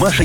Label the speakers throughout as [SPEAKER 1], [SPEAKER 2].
[SPEAKER 1] Маша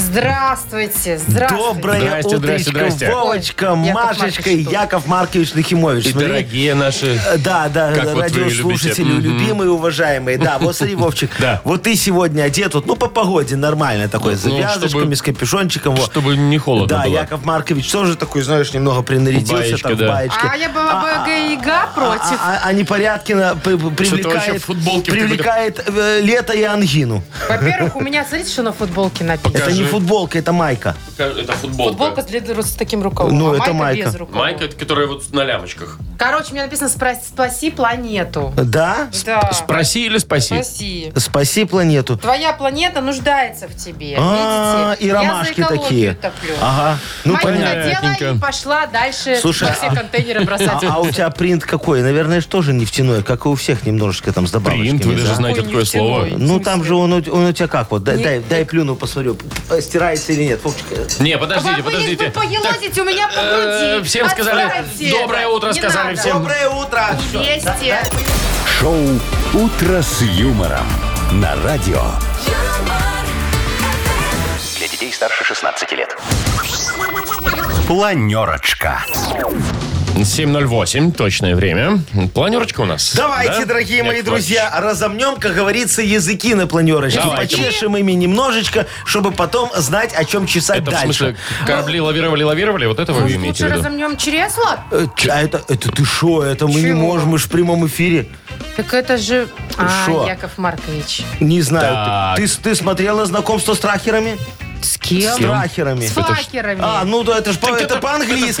[SPEAKER 2] Здравствуйте, здравствуйте.
[SPEAKER 3] Доброе
[SPEAKER 4] Здрасте, здрасте,
[SPEAKER 3] утречко,
[SPEAKER 4] Э, здрасте.
[SPEAKER 3] Вовочка,
[SPEAKER 2] Ой, Яков
[SPEAKER 3] Машечка,
[SPEAKER 2] Маркович тут.
[SPEAKER 3] Яков Маркович Нахимович.
[SPEAKER 4] И
[SPEAKER 3] Смотри.
[SPEAKER 4] дорогие наши...
[SPEAKER 3] Э, Да, да,
[SPEAKER 4] Как вот вы
[SPEAKER 3] радиослушатели,
[SPEAKER 4] любите.
[SPEAKER 3] любимые, уважаемые. Да, вот смотри, Вовчик,
[SPEAKER 4] Да.
[SPEAKER 3] вот ты сегодня одет, вот, ну, по погоде нормально такой, с
[SPEAKER 4] Ну,
[SPEAKER 3] завязочками,
[SPEAKER 4] чтобы-
[SPEAKER 3] с капюшончиком. вот.
[SPEAKER 4] Чтобы не холодно
[SPEAKER 3] Да,
[SPEAKER 4] было.
[SPEAKER 3] Яков Маркович тоже такой, знаешь, немного принарядился
[SPEAKER 4] Баечке,
[SPEAKER 3] там в
[SPEAKER 4] да.
[SPEAKER 3] баечке.
[SPEAKER 2] А я была бы ГИГа против.
[SPEAKER 3] А, а Непорядкина п- п-
[SPEAKER 4] вообще
[SPEAKER 3] привлекает,
[SPEAKER 4] в футболке в
[SPEAKER 3] привлекает э, лето и ангину.
[SPEAKER 2] Во-первых, у меня, смотрите, что на футболке написано.
[SPEAKER 3] а. Это
[SPEAKER 4] Покажи.
[SPEAKER 3] не футболка, это майка.
[SPEAKER 4] Это футболка.
[SPEAKER 2] Футболка для, с таким рукавом,
[SPEAKER 3] Ну,
[SPEAKER 2] а
[SPEAKER 3] это
[SPEAKER 2] майка
[SPEAKER 3] майка.
[SPEAKER 2] без рукава.
[SPEAKER 4] Майка, которая вот на лямочках.
[SPEAKER 2] Короче, у меня написано «Спра- «Спаси планету».
[SPEAKER 3] Да?
[SPEAKER 2] Да,
[SPEAKER 4] Спроси или спаси.
[SPEAKER 2] спаси.
[SPEAKER 3] Спаси планету.
[SPEAKER 2] Твоя планета нуждается в тебе.
[SPEAKER 3] А,
[SPEAKER 2] Видите?
[SPEAKER 3] и ромашки
[SPEAKER 2] я за
[SPEAKER 3] такие.
[SPEAKER 2] экологию топлю.
[SPEAKER 3] Ага. Ну,
[SPEAKER 2] Майка
[SPEAKER 3] понятно.
[SPEAKER 2] надела и
[SPEAKER 4] Понятненько.
[SPEAKER 2] пошла дальше
[SPEAKER 3] Слушай,
[SPEAKER 2] во все
[SPEAKER 3] а-
[SPEAKER 2] контейнеры бросать.
[SPEAKER 3] А, а у тебя принт какой? Наверное, же тоже нефтяной, как и у всех немножечко там с добавочками.
[SPEAKER 4] Принт, вы
[SPEAKER 3] да?
[SPEAKER 4] даже знаете
[SPEAKER 2] Ой,
[SPEAKER 4] такое
[SPEAKER 2] нефтяной.
[SPEAKER 4] слово.
[SPEAKER 3] Ну, там же он, у- он у тебя как? Вот, дай,
[SPEAKER 2] Не-
[SPEAKER 3] дай, дай плюну, посмотрю, э, стирается или нет. Вовчик, э,
[SPEAKER 4] Не,
[SPEAKER 2] Вам
[SPEAKER 4] подождите,
[SPEAKER 2] бы лишь
[SPEAKER 4] подождите.
[SPEAKER 2] бы поелозить у меня по
[SPEAKER 4] Э,
[SPEAKER 2] груди.
[SPEAKER 4] всем сказали,
[SPEAKER 2] Отстаньте.
[SPEAKER 4] доброе утро,
[SPEAKER 2] Не
[SPEAKER 4] сказали
[SPEAKER 2] надо.
[SPEAKER 4] всем.
[SPEAKER 3] Доброе утро! Всё.
[SPEAKER 2] Вместе.
[SPEAKER 1] Шоу «Утро с юмором» на радио. Для детей старше 16 лет. Планерочка.
[SPEAKER 4] 7.08, точное время. Планерочка у нас.
[SPEAKER 3] Давайте,
[SPEAKER 4] да,
[SPEAKER 3] домнем, дорогие мои
[SPEAKER 4] Яков
[SPEAKER 3] друзья, разомнем, как говорится, языки на планерочке.
[SPEAKER 4] Давайте.
[SPEAKER 3] Почешем ими немножечко, чтобы потом знать, о чем чесать
[SPEAKER 4] Это в
[SPEAKER 3] дальше.
[SPEAKER 4] смысле корабли лавировали, лавировали? Вот это вы
[SPEAKER 2] Может,
[SPEAKER 4] имеете
[SPEAKER 2] Ну, лучше
[SPEAKER 4] в виду?
[SPEAKER 2] разомнем чресло?
[SPEAKER 3] Э, ч- А это, это ты шо? Это мы не
[SPEAKER 2] Чего?
[SPEAKER 3] можем, мы ж в прямом эфире.
[SPEAKER 2] Так это же...
[SPEAKER 3] Шо?
[SPEAKER 2] А, Яков Маркович.
[SPEAKER 3] Не знаю.
[SPEAKER 4] Так.
[SPEAKER 3] Ты, ты смотрела знакомство с трахерами?
[SPEAKER 2] С
[SPEAKER 3] С
[SPEAKER 2] кем?
[SPEAKER 3] трахерами.
[SPEAKER 2] С
[SPEAKER 4] Это ж-
[SPEAKER 2] факерами.
[SPEAKER 3] А, ну да, это же по,
[SPEAKER 4] Так
[SPEAKER 3] это,
[SPEAKER 4] это-
[SPEAKER 3] по-английски,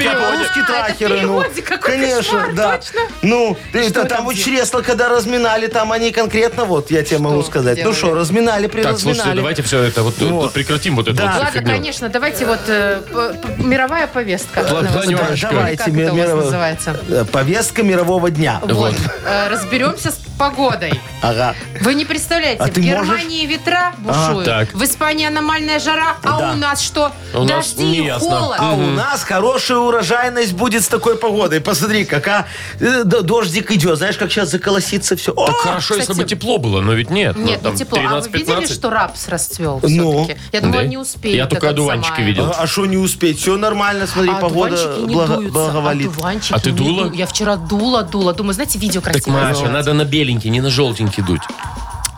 [SPEAKER 4] это в
[SPEAKER 3] а
[SPEAKER 4] переводе.
[SPEAKER 3] по-русски
[SPEAKER 2] А, это в
[SPEAKER 3] трахеры. Ну,
[SPEAKER 2] переводе, какой
[SPEAKER 3] конечно,
[SPEAKER 2] кошмар,
[SPEAKER 3] да.
[SPEAKER 2] точно.
[SPEAKER 3] Ну, ты- это,
[SPEAKER 2] там
[SPEAKER 3] там вот
[SPEAKER 2] делать?
[SPEAKER 3] чресло, когда разминали, там они конкретно, вот я тебе могу сказать.
[SPEAKER 2] делали?
[SPEAKER 3] Ну что, разминали,
[SPEAKER 4] Так, слушайте,
[SPEAKER 3] приразминали.
[SPEAKER 4] давайте все это вот тут-
[SPEAKER 3] Вот.
[SPEAKER 4] тут прекратим вот эту
[SPEAKER 3] Да.
[SPEAKER 4] вот всю
[SPEAKER 2] Ладно,
[SPEAKER 4] фигню.
[SPEAKER 2] конечно, давайте вот э, п- п- мировая повестка.
[SPEAKER 4] Пла-
[SPEAKER 2] Она у вас
[SPEAKER 4] планерочка.
[SPEAKER 2] называется.
[SPEAKER 3] Да,
[SPEAKER 2] Или Как
[SPEAKER 3] ми-
[SPEAKER 2] это у
[SPEAKER 3] мировая-
[SPEAKER 2] вас называется?
[SPEAKER 3] э, Повестка мирового дня.
[SPEAKER 2] Вот. Э, Разберемся с погодой.
[SPEAKER 3] Ага.
[SPEAKER 2] Вы не представляете,
[SPEAKER 3] А
[SPEAKER 2] в
[SPEAKER 3] ты
[SPEAKER 2] Германии ветра бушуют,
[SPEAKER 4] А, так.
[SPEAKER 2] в Испании аномальная жара, а
[SPEAKER 3] Да.
[SPEAKER 2] у нас что?
[SPEAKER 4] У нас
[SPEAKER 2] Дожди и
[SPEAKER 4] неясно.
[SPEAKER 2] холод.
[SPEAKER 3] А у нас хорошая урожайность будет с такой погодой. Посмотри, какая дождик идет. Знаешь, как сейчас заколосится все.
[SPEAKER 4] Хорошо, если
[SPEAKER 2] Кстати,
[SPEAKER 4] бы тепло было, но ведь нет.
[SPEAKER 2] Нет,
[SPEAKER 4] Ну,
[SPEAKER 2] не
[SPEAKER 4] там
[SPEAKER 2] тепло. а вы
[SPEAKER 4] 13-15.
[SPEAKER 2] видели, что рапс расцвел
[SPEAKER 3] Ну.
[SPEAKER 2] все-таки? Я думала,
[SPEAKER 4] Да.
[SPEAKER 2] не успеет.
[SPEAKER 4] Я только
[SPEAKER 2] этот
[SPEAKER 4] одуванчики
[SPEAKER 2] самая.
[SPEAKER 4] видел.
[SPEAKER 3] А что не успеть? Все нормально, смотри,
[SPEAKER 2] А
[SPEAKER 3] погода
[SPEAKER 2] одуванчики не
[SPEAKER 3] благо-
[SPEAKER 2] дуются,
[SPEAKER 3] благоволит.
[SPEAKER 2] одуванчики
[SPEAKER 4] А ты
[SPEAKER 2] не
[SPEAKER 4] дула?
[SPEAKER 2] дуют. Я вчера дула, дула. Думаю, знаете, видео
[SPEAKER 4] Так,
[SPEAKER 2] красивое.
[SPEAKER 4] Маша, надо на беленький, не на желтенький дуть.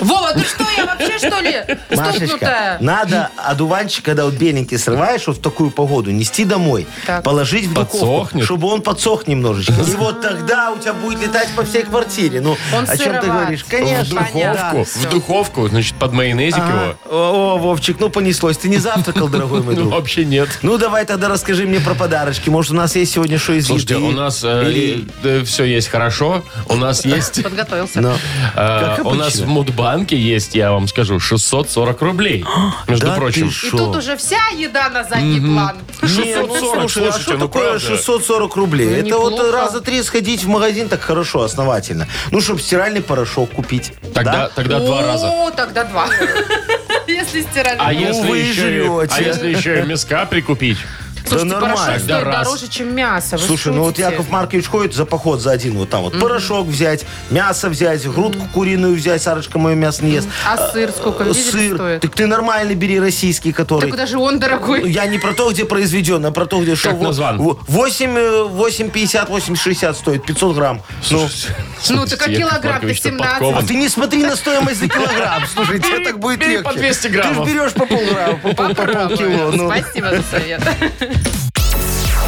[SPEAKER 2] Вова, ты что, я вообще, что ли,
[SPEAKER 3] Машечка,
[SPEAKER 2] стукнутая?
[SPEAKER 3] надо одуванчик, когда вот беленький срываешь, вот в такую погоду нести домой,
[SPEAKER 2] Так.
[SPEAKER 3] положить в духовку,
[SPEAKER 4] Подсохнет?
[SPEAKER 3] чтобы он подсох немножечко. И вот тогда у тебя будет летать по всей квартире. Ну,
[SPEAKER 2] Он
[SPEAKER 3] о чем ты
[SPEAKER 2] сыроват.
[SPEAKER 3] говоришь?
[SPEAKER 4] В
[SPEAKER 3] Конечно. да.
[SPEAKER 4] духовку, в
[SPEAKER 2] всё.
[SPEAKER 4] духовку, значит, под майонезик
[SPEAKER 3] Ага.
[SPEAKER 4] его.
[SPEAKER 3] О, о, Вовчик, ну понеслось. Ты не завтракал, дорогой мой
[SPEAKER 4] Ну,
[SPEAKER 3] друг?
[SPEAKER 4] вообще нет.
[SPEAKER 3] Ну, давай тогда расскажи мне про подарочки. Может, у нас есть сегодня что из
[SPEAKER 4] Слушайте,
[SPEAKER 3] еды?
[SPEAKER 4] у нас э,
[SPEAKER 3] Или-
[SPEAKER 4] все есть хорошо, у нас есть...
[SPEAKER 2] Подготовился.
[SPEAKER 3] Ну,
[SPEAKER 4] э,
[SPEAKER 3] как
[SPEAKER 4] у нас
[SPEAKER 3] обычно.
[SPEAKER 4] в Мудбанке есть, я вам скажу, 640 рублей, между
[SPEAKER 3] Да ты
[SPEAKER 4] прочим.
[SPEAKER 3] шо?
[SPEAKER 2] И тут уже вся еда на задний план.
[SPEAKER 3] Не, ну,
[SPEAKER 4] 640,
[SPEAKER 3] слушай, а
[SPEAKER 4] слушайте,
[SPEAKER 3] что
[SPEAKER 4] ну,
[SPEAKER 3] такое
[SPEAKER 4] правда.
[SPEAKER 3] 640 рублей? Это вот
[SPEAKER 2] Ну, неплохо.
[SPEAKER 3] раза три сходить в магазин так хорошо, основательно. Ну, чтобы стиральный порошок купить.
[SPEAKER 4] Тогда,
[SPEAKER 3] да?
[SPEAKER 4] тогда два раза.
[SPEAKER 2] О, тогда два. Если стирали.
[SPEAKER 4] А,
[SPEAKER 3] е-
[SPEAKER 4] если
[SPEAKER 3] вы
[SPEAKER 4] еще и,
[SPEAKER 3] живете.
[SPEAKER 4] а если еще и мяска прикупить?
[SPEAKER 2] Слушайте,
[SPEAKER 3] да
[SPEAKER 2] порошок
[SPEAKER 3] нормально.
[SPEAKER 2] стоит
[SPEAKER 4] Тогда раз.
[SPEAKER 2] дороже, чем мясо. Вы
[SPEAKER 3] Слушай, ну вот
[SPEAKER 2] шутите?
[SPEAKER 3] Яков Маркович ходит за поход за один вот там вот порошок взять, мясо взять, грудку куриную взять, Сарочка мое мясо не ест.
[SPEAKER 2] А сыр сколько, видели,
[SPEAKER 3] Э, Сыр.
[SPEAKER 2] стоит?
[SPEAKER 3] Так ты нормально бери российский, который.
[SPEAKER 2] Так даже он дорогой.
[SPEAKER 3] Я не про то, где произведен, а про то, где шел.
[SPEAKER 4] назван?
[SPEAKER 3] 8, 8,50, 8,60 стоит, 500 грамм. Ну,
[SPEAKER 2] Ну, так а
[SPEAKER 4] Яков
[SPEAKER 2] килограмм-то
[SPEAKER 4] Маркович-то
[SPEAKER 2] 17.
[SPEAKER 3] а
[SPEAKER 4] подкован.
[SPEAKER 3] ты не смотри на стоимость за килограмм. Слушай, тебе так будет
[SPEAKER 4] бери по
[SPEAKER 3] легче.
[SPEAKER 4] 200 граммов.
[SPEAKER 3] Ты же берешь по полграмма, по, пол- по полкило. ну.
[SPEAKER 2] Спасибо за совет.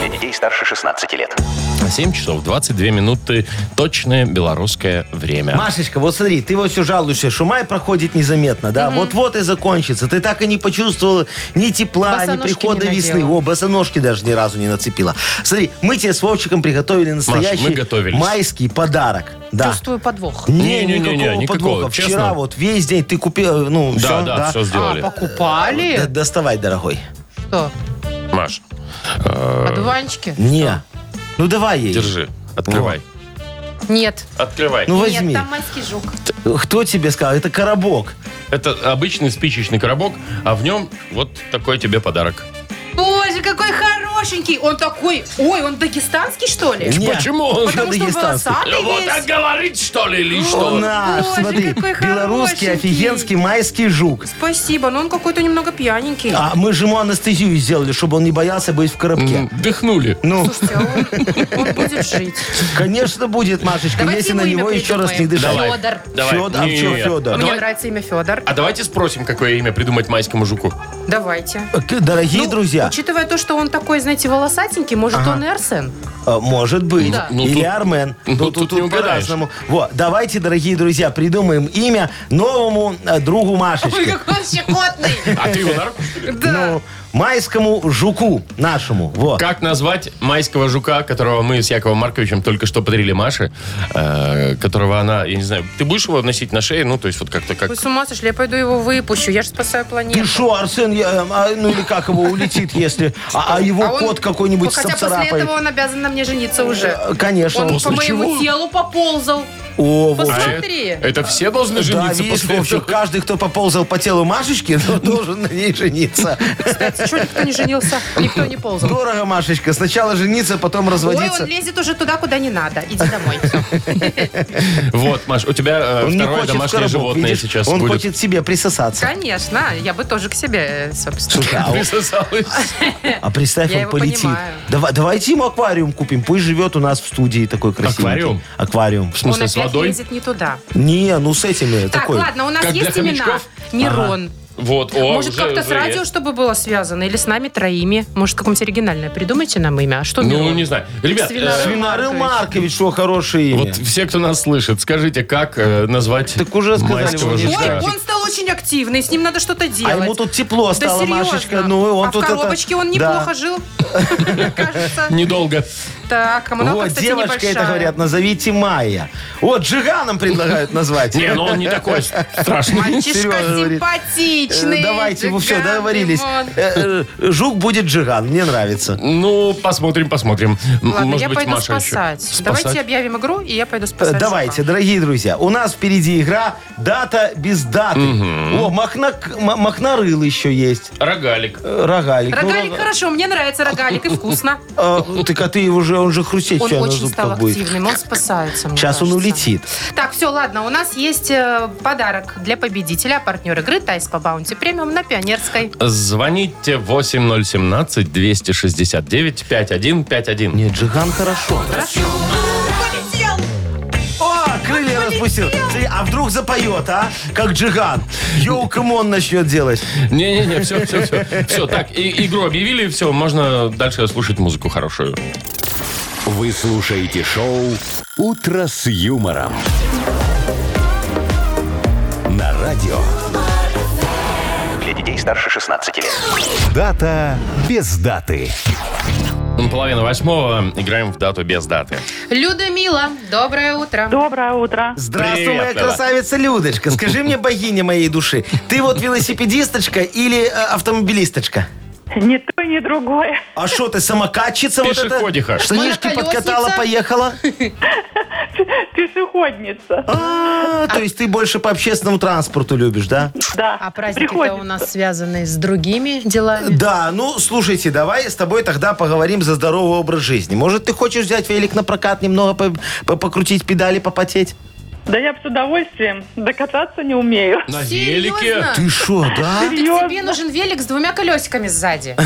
[SPEAKER 1] Для детей старше 16 лет.
[SPEAKER 4] 7 часов 22 минуты. Точное белорусское время.
[SPEAKER 3] Машечка, вот смотри, ты вот все жалуешься, что май проходит незаметно, да? Вот-вот и закончится. Ты так и не почувствовала ни тепла, ни
[SPEAKER 2] Босоножки
[SPEAKER 3] прихода
[SPEAKER 2] не
[SPEAKER 3] весны.
[SPEAKER 2] надела.
[SPEAKER 3] О, босоножки даже ни разу не нацепила. Смотри, мы тебе с Вовчиком приготовили
[SPEAKER 4] мы
[SPEAKER 3] настоящий
[SPEAKER 4] готовились.
[SPEAKER 3] майский подарок. Да.
[SPEAKER 2] Чувствую подвох.
[SPEAKER 4] Не-не-не, никакого,
[SPEAKER 3] подвоха. Вчера
[SPEAKER 4] честно.
[SPEAKER 3] вот весь день ты купил, ну,
[SPEAKER 4] да,
[SPEAKER 3] все,
[SPEAKER 4] да,
[SPEAKER 3] да.
[SPEAKER 4] все
[SPEAKER 2] А,
[SPEAKER 4] сделали.
[SPEAKER 3] Д-
[SPEAKER 2] покупали?
[SPEAKER 3] Доставай, дорогой.
[SPEAKER 2] Что?
[SPEAKER 4] Маш,
[SPEAKER 2] Одуванчики?
[SPEAKER 3] Не. Ну, давай ей.
[SPEAKER 4] держи, открывай.
[SPEAKER 2] Нет.
[SPEAKER 4] Открывай.
[SPEAKER 3] Ну
[SPEAKER 5] Нет,
[SPEAKER 3] возьми.
[SPEAKER 5] там майский жук.
[SPEAKER 3] Кто тебе сказал? Это коробок.
[SPEAKER 4] Это обычный спичечный коробок, а в нем вот такой тебе подарок.
[SPEAKER 2] Боже, какой хорошенький. Он такой... Ой, он дагестанский, что ли?
[SPEAKER 3] Не,
[SPEAKER 4] Почему?
[SPEAKER 3] он
[SPEAKER 2] Потому что
[SPEAKER 3] дагестанский.
[SPEAKER 2] волосатый
[SPEAKER 4] Вот, а
[SPEAKER 2] весь.
[SPEAKER 4] говорит, что ли, или
[SPEAKER 3] Он
[SPEAKER 4] что?
[SPEAKER 3] наш,
[SPEAKER 2] Боже,
[SPEAKER 3] смотри,
[SPEAKER 2] какой
[SPEAKER 3] белорусский
[SPEAKER 2] хорошенький.
[SPEAKER 3] офигенский майский жук.
[SPEAKER 2] Спасибо, но он какой-то немного пьяненький.
[SPEAKER 3] А мы же ему анестезию сделали, чтобы он не боялся быть в коробке.
[SPEAKER 4] М, Дыхнули.
[SPEAKER 3] Ну,
[SPEAKER 2] Слушайте, а он, он будет жить.
[SPEAKER 3] конечно, будет, Машечка,
[SPEAKER 2] Давайте
[SPEAKER 3] если
[SPEAKER 2] ему
[SPEAKER 3] на
[SPEAKER 2] имя
[SPEAKER 3] него еще раз не
[SPEAKER 2] придумаем.
[SPEAKER 3] дышать.
[SPEAKER 4] Давай.
[SPEAKER 2] Фёдор.
[SPEAKER 4] Давай.
[SPEAKER 3] Фёдор? А в чём
[SPEAKER 4] Нет.
[SPEAKER 3] Фёдор?
[SPEAKER 4] А
[SPEAKER 2] Мне
[SPEAKER 4] давай-
[SPEAKER 2] нравится имя Федор.
[SPEAKER 4] а давайте спросим, какое имя придумать майскому жуку.
[SPEAKER 2] Давайте.
[SPEAKER 3] К- э, Дорогие
[SPEAKER 2] Ну,
[SPEAKER 3] друзья,
[SPEAKER 2] Учитывая то, что он такой, знаете, волосатенький, может, он Эрсен?
[SPEAKER 3] э, может быть,
[SPEAKER 4] Да. Ну,
[SPEAKER 3] или
[SPEAKER 4] тут-
[SPEAKER 3] Армен,
[SPEAKER 4] ну,
[SPEAKER 3] Ну,
[SPEAKER 4] тут не угадаешь.
[SPEAKER 3] по-разному. Вот, давайте, дорогие друзья, придумаем имя новому э, другу
[SPEAKER 2] Ой,
[SPEAKER 3] Машечке.
[SPEAKER 2] какой он щекотный.
[SPEAKER 4] А ты его на руку, что ли?
[SPEAKER 2] Да.
[SPEAKER 3] Ну, майскому жуку нашему. Вот.
[SPEAKER 4] Как назвать майского жука, которого мы с Яковом Марковичем только что подарили Маше, э, которого она, я не знаю, ты будешь его носить на шее, ну, то есть вот как-то как...
[SPEAKER 2] Вы с ума сошли, я пойду его выпущу. Я же спасаю
[SPEAKER 3] Ты
[SPEAKER 2] планету.
[SPEAKER 3] шо, Арсен, я, э, а, ну или как его улетит, если... А, а его
[SPEAKER 2] А он-
[SPEAKER 3] кот какой-нибудь
[SPEAKER 2] Хотя после
[SPEAKER 3] царапает.
[SPEAKER 2] этого он обязан на мне жениться уже.
[SPEAKER 3] Э, Конечно.
[SPEAKER 2] Он
[SPEAKER 4] после
[SPEAKER 2] по моему
[SPEAKER 4] чего?
[SPEAKER 2] телу поползал.
[SPEAKER 3] О, вот.
[SPEAKER 4] А
[SPEAKER 2] Посмотри.
[SPEAKER 4] э- это все должны
[SPEAKER 3] Да,
[SPEAKER 4] жениться
[SPEAKER 3] видишь,
[SPEAKER 4] после
[SPEAKER 3] Вовчик,
[SPEAKER 4] этого?
[SPEAKER 3] каждый, кто поползал по телу Машечки, тот должен на ней жениться.
[SPEAKER 2] Кстати, что никто не женился, никто не ползал.
[SPEAKER 3] Дорого, Машечка. Сначала жениться, потом
[SPEAKER 2] Ой, он
[SPEAKER 3] разводиться.
[SPEAKER 2] лезет уже туда, куда не надо. Иди домой.
[SPEAKER 4] Вот, Маш, у тебя э,
[SPEAKER 3] Он не
[SPEAKER 4] второе
[SPEAKER 3] хочет в
[SPEAKER 4] домашнее
[SPEAKER 3] коробок,
[SPEAKER 4] животное
[SPEAKER 3] видишь?
[SPEAKER 4] сейчас
[SPEAKER 3] Он
[SPEAKER 4] будет.
[SPEAKER 3] хочет себе присосаться.
[SPEAKER 2] Конечно, я бы тоже к себе, э,
[SPEAKER 3] Слушай,
[SPEAKER 2] собственно.
[SPEAKER 3] а, он-
[SPEAKER 4] Присосалась.
[SPEAKER 3] а представь,
[SPEAKER 2] Я
[SPEAKER 3] он
[SPEAKER 2] его
[SPEAKER 3] полетит.
[SPEAKER 2] понимаю.
[SPEAKER 3] Дава- давайте ему аквариум купим. Пусть живет у нас в студии такой красивый.
[SPEAKER 4] Аквариум?
[SPEAKER 3] Аквариум.
[SPEAKER 4] В
[SPEAKER 2] Он
[SPEAKER 4] смысле, с
[SPEAKER 2] опять
[SPEAKER 4] водой?
[SPEAKER 2] лезет не туда.
[SPEAKER 3] Не, ну с этими
[SPEAKER 2] Так,
[SPEAKER 3] такой.
[SPEAKER 2] ладно, у нас
[SPEAKER 4] Как для
[SPEAKER 2] есть имена.
[SPEAKER 4] хомячков?
[SPEAKER 2] Нерон.
[SPEAKER 4] Вот, о,
[SPEAKER 2] Может,
[SPEAKER 4] уже-
[SPEAKER 2] как-то с
[SPEAKER 4] уже
[SPEAKER 2] радио,
[SPEAKER 4] есть.
[SPEAKER 2] чтобы было связано? Или с нами троими? Может, какое-нибудь оригинальное? Придумайте нам имя. А что
[SPEAKER 4] Ну,
[SPEAKER 2] Мирон?
[SPEAKER 4] не знаю. Ребят,
[SPEAKER 2] Свинарем.
[SPEAKER 4] э,
[SPEAKER 3] Свинарел
[SPEAKER 2] Маркович.
[SPEAKER 3] Маркович, что хорошее имя.
[SPEAKER 4] вот все, кто нас слышит, скажите, как э, назвать
[SPEAKER 3] Так уже сказали,
[SPEAKER 4] майского
[SPEAKER 3] вот не
[SPEAKER 4] жука?
[SPEAKER 2] Ой, он стал очень активный, с ним надо что-то
[SPEAKER 3] а
[SPEAKER 2] делать.
[SPEAKER 3] ему тут тепло
[SPEAKER 2] да
[SPEAKER 3] стало,
[SPEAKER 2] серьезно?
[SPEAKER 3] Машечка. Ну, и он
[SPEAKER 2] а
[SPEAKER 3] тут
[SPEAKER 2] в коробочке
[SPEAKER 3] это...
[SPEAKER 2] он
[SPEAKER 3] Да.
[SPEAKER 2] неплохо жил, кажется.
[SPEAKER 4] Недолго.
[SPEAKER 2] Так, коммуналка,
[SPEAKER 3] вот,
[SPEAKER 2] кстати,
[SPEAKER 3] девочка это
[SPEAKER 2] небольшая.
[SPEAKER 3] говорят, назовите Майя. Вот, Джиганом предлагают назвать.
[SPEAKER 4] Не, ну он не такой страшный.
[SPEAKER 2] Мальчишка
[SPEAKER 3] Сережа говорит,
[SPEAKER 2] симпатичный.
[SPEAKER 3] Э, Давайте, вы все,
[SPEAKER 2] Джиган,
[SPEAKER 3] договорились.
[SPEAKER 2] Димон.
[SPEAKER 3] Э, э, Жук будет Джиган, мне нравится. Э,
[SPEAKER 4] Ну, посмотрим, посмотрим. М,
[SPEAKER 2] Ладно,
[SPEAKER 4] Может
[SPEAKER 2] я
[SPEAKER 4] быть,
[SPEAKER 2] пойду
[SPEAKER 4] Маша еще.
[SPEAKER 2] спасать. Давайте объявим игру, и я пойду
[SPEAKER 3] Э,
[SPEAKER 2] спасать. жука.
[SPEAKER 3] Давайте, дорогие друзья, у нас впереди игра «Дата без даты». О, махнак- м- махнарыл еще есть.
[SPEAKER 4] Рогалик.
[SPEAKER 3] Э, Рогалик. Ну,
[SPEAKER 2] Рогалик
[SPEAKER 3] рог-
[SPEAKER 2] хорошо, мне нравится рогалик, и вкусно.
[SPEAKER 3] э, Так а ты уже, он же хрустеть
[SPEAKER 2] Он
[SPEAKER 3] тебя на
[SPEAKER 2] очень стал
[SPEAKER 3] зубках будет.
[SPEAKER 2] активным, он спасается. мне
[SPEAKER 3] Сейчас он
[SPEAKER 2] кажется.
[SPEAKER 3] улетит.
[SPEAKER 2] Так, все, ладно, у нас есть э, подарок для победителя, партнер игры Тайс по Баунти Премиум на Пионерской.
[SPEAKER 4] Звоните 8017-269-5151.
[SPEAKER 3] Нет, Джиган хорошо. О, крылья распустил. Смотри, а вдруг запоет, а? Как Джиган. Йоу, камон начнет делать.
[SPEAKER 4] Не-не-не, все, все, все. Все, так, и- игру объявили, все, можно дальше слушать музыку хорошую.
[SPEAKER 1] Вы слушаете шоу «Утро с юмором». На радио.
[SPEAKER 6] Для детей старше 16 лет.
[SPEAKER 1] Дата без даты.
[SPEAKER 4] Половина восьмого, играем в дату без даты.
[SPEAKER 2] Людмила, доброе утро.
[SPEAKER 7] Доброе утро.
[SPEAKER 3] Здравствуй,
[SPEAKER 4] Привет,
[SPEAKER 3] моя
[SPEAKER 4] Лера.
[SPEAKER 3] красавица Людочка. Скажи мне, богиня моей души, ты вот велосипедисточка или э, автомобилисточка?
[SPEAKER 7] Ни то, ни другое.
[SPEAKER 3] А что ты, самокатчица вот
[SPEAKER 4] Пешеходиха.
[SPEAKER 3] эта? Штанишки
[SPEAKER 2] Моноколесница.
[SPEAKER 3] подкатала, поехала?
[SPEAKER 7] Пешеходница.
[SPEAKER 3] А, то есть ты больше по общественному транспорту любишь, да?
[SPEAKER 7] Да.
[SPEAKER 2] А праздники-то у нас связаны с другими делами.
[SPEAKER 3] Да, ну, слушайте, давай с тобой тогда поговорим за здоровый образ жизни. Может, ты хочешь взять велик на прокат, немного по- по- покрутить педали, попотеть?
[SPEAKER 7] Да я бы с удовольствием. Докататься не умею.
[SPEAKER 4] На
[SPEAKER 2] Серьезно?
[SPEAKER 4] велике.
[SPEAKER 3] Ты что, да?
[SPEAKER 2] Так тебе нужен велик с двумя колесиками сзади.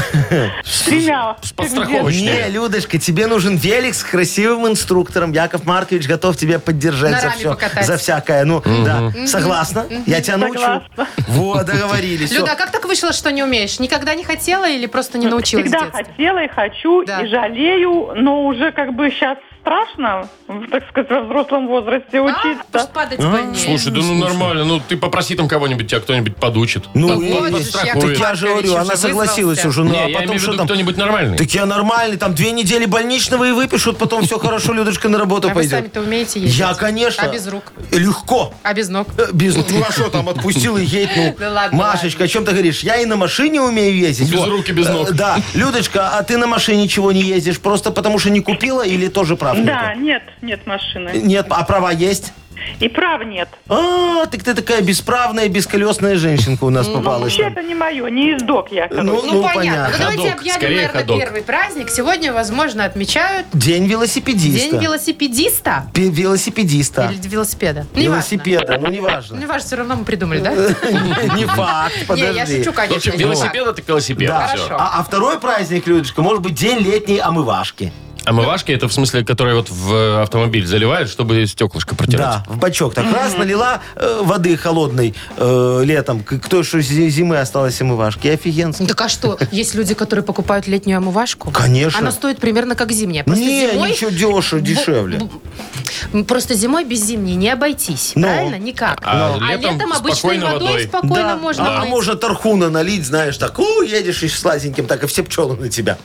[SPEAKER 7] Тремя.
[SPEAKER 4] С подстраховочной.
[SPEAKER 3] Не, Людочка, тебе нужен велик с красивым инструктором. Яков Маркович готов тебя поддержать
[SPEAKER 2] На
[SPEAKER 3] за
[SPEAKER 2] раме
[SPEAKER 3] все.
[SPEAKER 2] покатать.
[SPEAKER 3] За всякое. Ну, да. Согласна? Я тебя научу.
[SPEAKER 7] Согласна.
[SPEAKER 3] Вот, договорились. всё.
[SPEAKER 2] Люда, а как так вышло, что не умеешь? Никогда не хотела или просто не научилась в
[SPEAKER 7] Всегда
[SPEAKER 2] детстве?
[SPEAKER 7] хотела и хочу,
[SPEAKER 2] Да.
[SPEAKER 7] и жалею, но уже как бы сейчас страшно, в, так сказать, во взрослом возрасте
[SPEAKER 2] А, потому
[SPEAKER 7] учиться.
[SPEAKER 2] что падать А больнее.
[SPEAKER 4] Слушай, да ну нормально, ну ты попроси там кого-нибудь, тебя кто-нибудь подучит.
[SPEAKER 3] Ну,
[SPEAKER 4] Под-
[SPEAKER 3] и-
[SPEAKER 2] вот же,
[SPEAKER 4] подстрахует.
[SPEAKER 3] так я же говорю, она
[SPEAKER 2] Маркович,
[SPEAKER 3] согласилась
[SPEAKER 2] вызвался.
[SPEAKER 3] уже. Ну,
[SPEAKER 4] Не,
[SPEAKER 3] а
[SPEAKER 4] я имею
[SPEAKER 3] потом
[SPEAKER 4] в
[SPEAKER 3] что
[SPEAKER 4] виду
[SPEAKER 3] там?
[SPEAKER 4] кто-нибудь нормальный.
[SPEAKER 3] Так я нормальный, там две недели больничного и выпишут, потом все хорошо, Людочка на работу
[SPEAKER 2] А вы
[SPEAKER 3] пойдет.
[SPEAKER 2] сами-то умеете ездить?
[SPEAKER 3] Я, конечно.
[SPEAKER 2] А без рук?
[SPEAKER 3] Легко.
[SPEAKER 2] А без ног?
[SPEAKER 3] Э, Без, ну а что там, отпустил и едет, ну.
[SPEAKER 2] Да ладно,
[SPEAKER 3] Машечка, о чем ты говоришь? Я и на машине умею ездить.
[SPEAKER 4] Без
[SPEAKER 3] вот.
[SPEAKER 4] рук и без ног.
[SPEAKER 3] Э, Да. Людочка, а ты на машине чего не ездишь? Просто потому что не купила или тоже прав? машины?
[SPEAKER 7] Да, нет, нет машины.
[SPEAKER 3] Нет, а права есть?
[SPEAKER 7] И прав нет.
[SPEAKER 3] А, так ты такая бесправная, бесколесная женщинка у нас
[SPEAKER 7] Ну,
[SPEAKER 3] попалась.
[SPEAKER 7] вообще это не мое, не издок я. короче.
[SPEAKER 3] Ну,
[SPEAKER 2] Ну, понятно. Ну, давайте
[SPEAKER 4] Ходок.
[SPEAKER 2] объявим,
[SPEAKER 4] Скорее
[SPEAKER 2] наверное,
[SPEAKER 4] ходок.
[SPEAKER 2] первый праздник. Сегодня, возможно, отмечают
[SPEAKER 3] День велосипедиста.
[SPEAKER 2] День велосипедиста.
[SPEAKER 3] Пе- велосипедиста.
[SPEAKER 2] Или велосипеда.
[SPEAKER 3] Велосипеда, ну
[SPEAKER 2] Неважно.
[SPEAKER 3] неважно.
[SPEAKER 2] Ну, важно, все равно мы придумали, да?
[SPEAKER 3] Не факт,
[SPEAKER 2] Не, я
[SPEAKER 3] подожди.
[SPEAKER 2] шучу,
[SPEAKER 4] В
[SPEAKER 2] конечно.
[SPEAKER 4] общем,
[SPEAKER 2] не факт.
[SPEAKER 4] велосипед это велосипед.
[SPEAKER 3] Да.
[SPEAKER 4] Всё.
[SPEAKER 2] Хорошо.
[SPEAKER 3] А, а второй праздник, Людочка, может быть, день летней омывашки.
[SPEAKER 4] Омывашки А это в смысле, которые вот в э, автомобиль заливают, чтобы стеклышко протирать.
[SPEAKER 3] Да, в бачок. Так раз налила э, воды холодной э, летом, к, к той, что зи- зимы осталось омывашки. И Офигенски.
[SPEAKER 2] Ну, Так а что, есть люди, которые покупают летнюю омывашку?
[SPEAKER 3] Конечно.
[SPEAKER 2] Она стоит примерно как зимняя. Просто
[SPEAKER 3] Не,
[SPEAKER 2] зимой...
[SPEAKER 3] ничего дешево,
[SPEAKER 2] бу-
[SPEAKER 3] дешевле.
[SPEAKER 2] бу- Просто зимой без зимней не обойтись,
[SPEAKER 3] Ну.
[SPEAKER 2] правильно? Никак.
[SPEAKER 4] А летом
[SPEAKER 2] обычной
[SPEAKER 4] спокойно
[SPEAKER 2] водой,
[SPEAKER 4] водой.
[SPEAKER 2] спокойно
[SPEAKER 3] Да.
[SPEAKER 2] можно
[SPEAKER 3] а,
[SPEAKER 2] мыть.
[SPEAKER 3] можно тархуна налить, знаешь, так, у, едешь и с сладеньким, так, и все пчелы на тебя.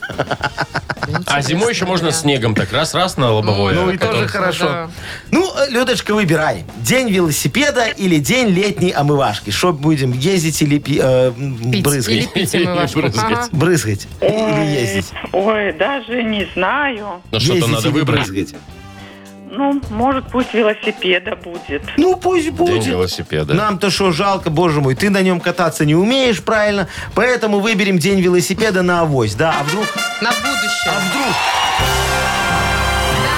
[SPEAKER 4] А зимой еще можно
[SPEAKER 2] Интересно,
[SPEAKER 4] снегом так раз-раз на лобовое.
[SPEAKER 3] Ну,
[SPEAKER 4] а
[SPEAKER 3] и
[SPEAKER 4] потом-
[SPEAKER 3] тоже хорошо.
[SPEAKER 2] да.
[SPEAKER 3] Ну, э, Людочка, выбирай. День велосипеда или день летней омывашки. Что будем, ездить или пи- э, м,
[SPEAKER 2] Пить или
[SPEAKER 3] брызгать?
[SPEAKER 2] пить омывашку.
[SPEAKER 4] Брызгать.
[SPEAKER 2] Ага.
[SPEAKER 3] Брызгать или ездить?
[SPEAKER 7] Ой, даже не знаю.
[SPEAKER 4] Но что-то
[SPEAKER 3] Ездить
[SPEAKER 4] надо
[SPEAKER 3] или
[SPEAKER 4] выбрать.
[SPEAKER 3] брызгать?
[SPEAKER 7] Ну, может, пусть велосипеда будет.
[SPEAKER 3] Ну, пусть
[SPEAKER 4] День
[SPEAKER 3] будет.
[SPEAKER 4] велосипеда.
[SPEAKER 3] Нам-то что жалко, боже мой, ты на нем кататься не умеешь правильно, поэтому выберем день велосипеда на авось. Да, а вдруг...
[SPEAKER 2] На будущее.
[SPEAKER 3] А вдруг?
[SPEAKER 2] Правильно,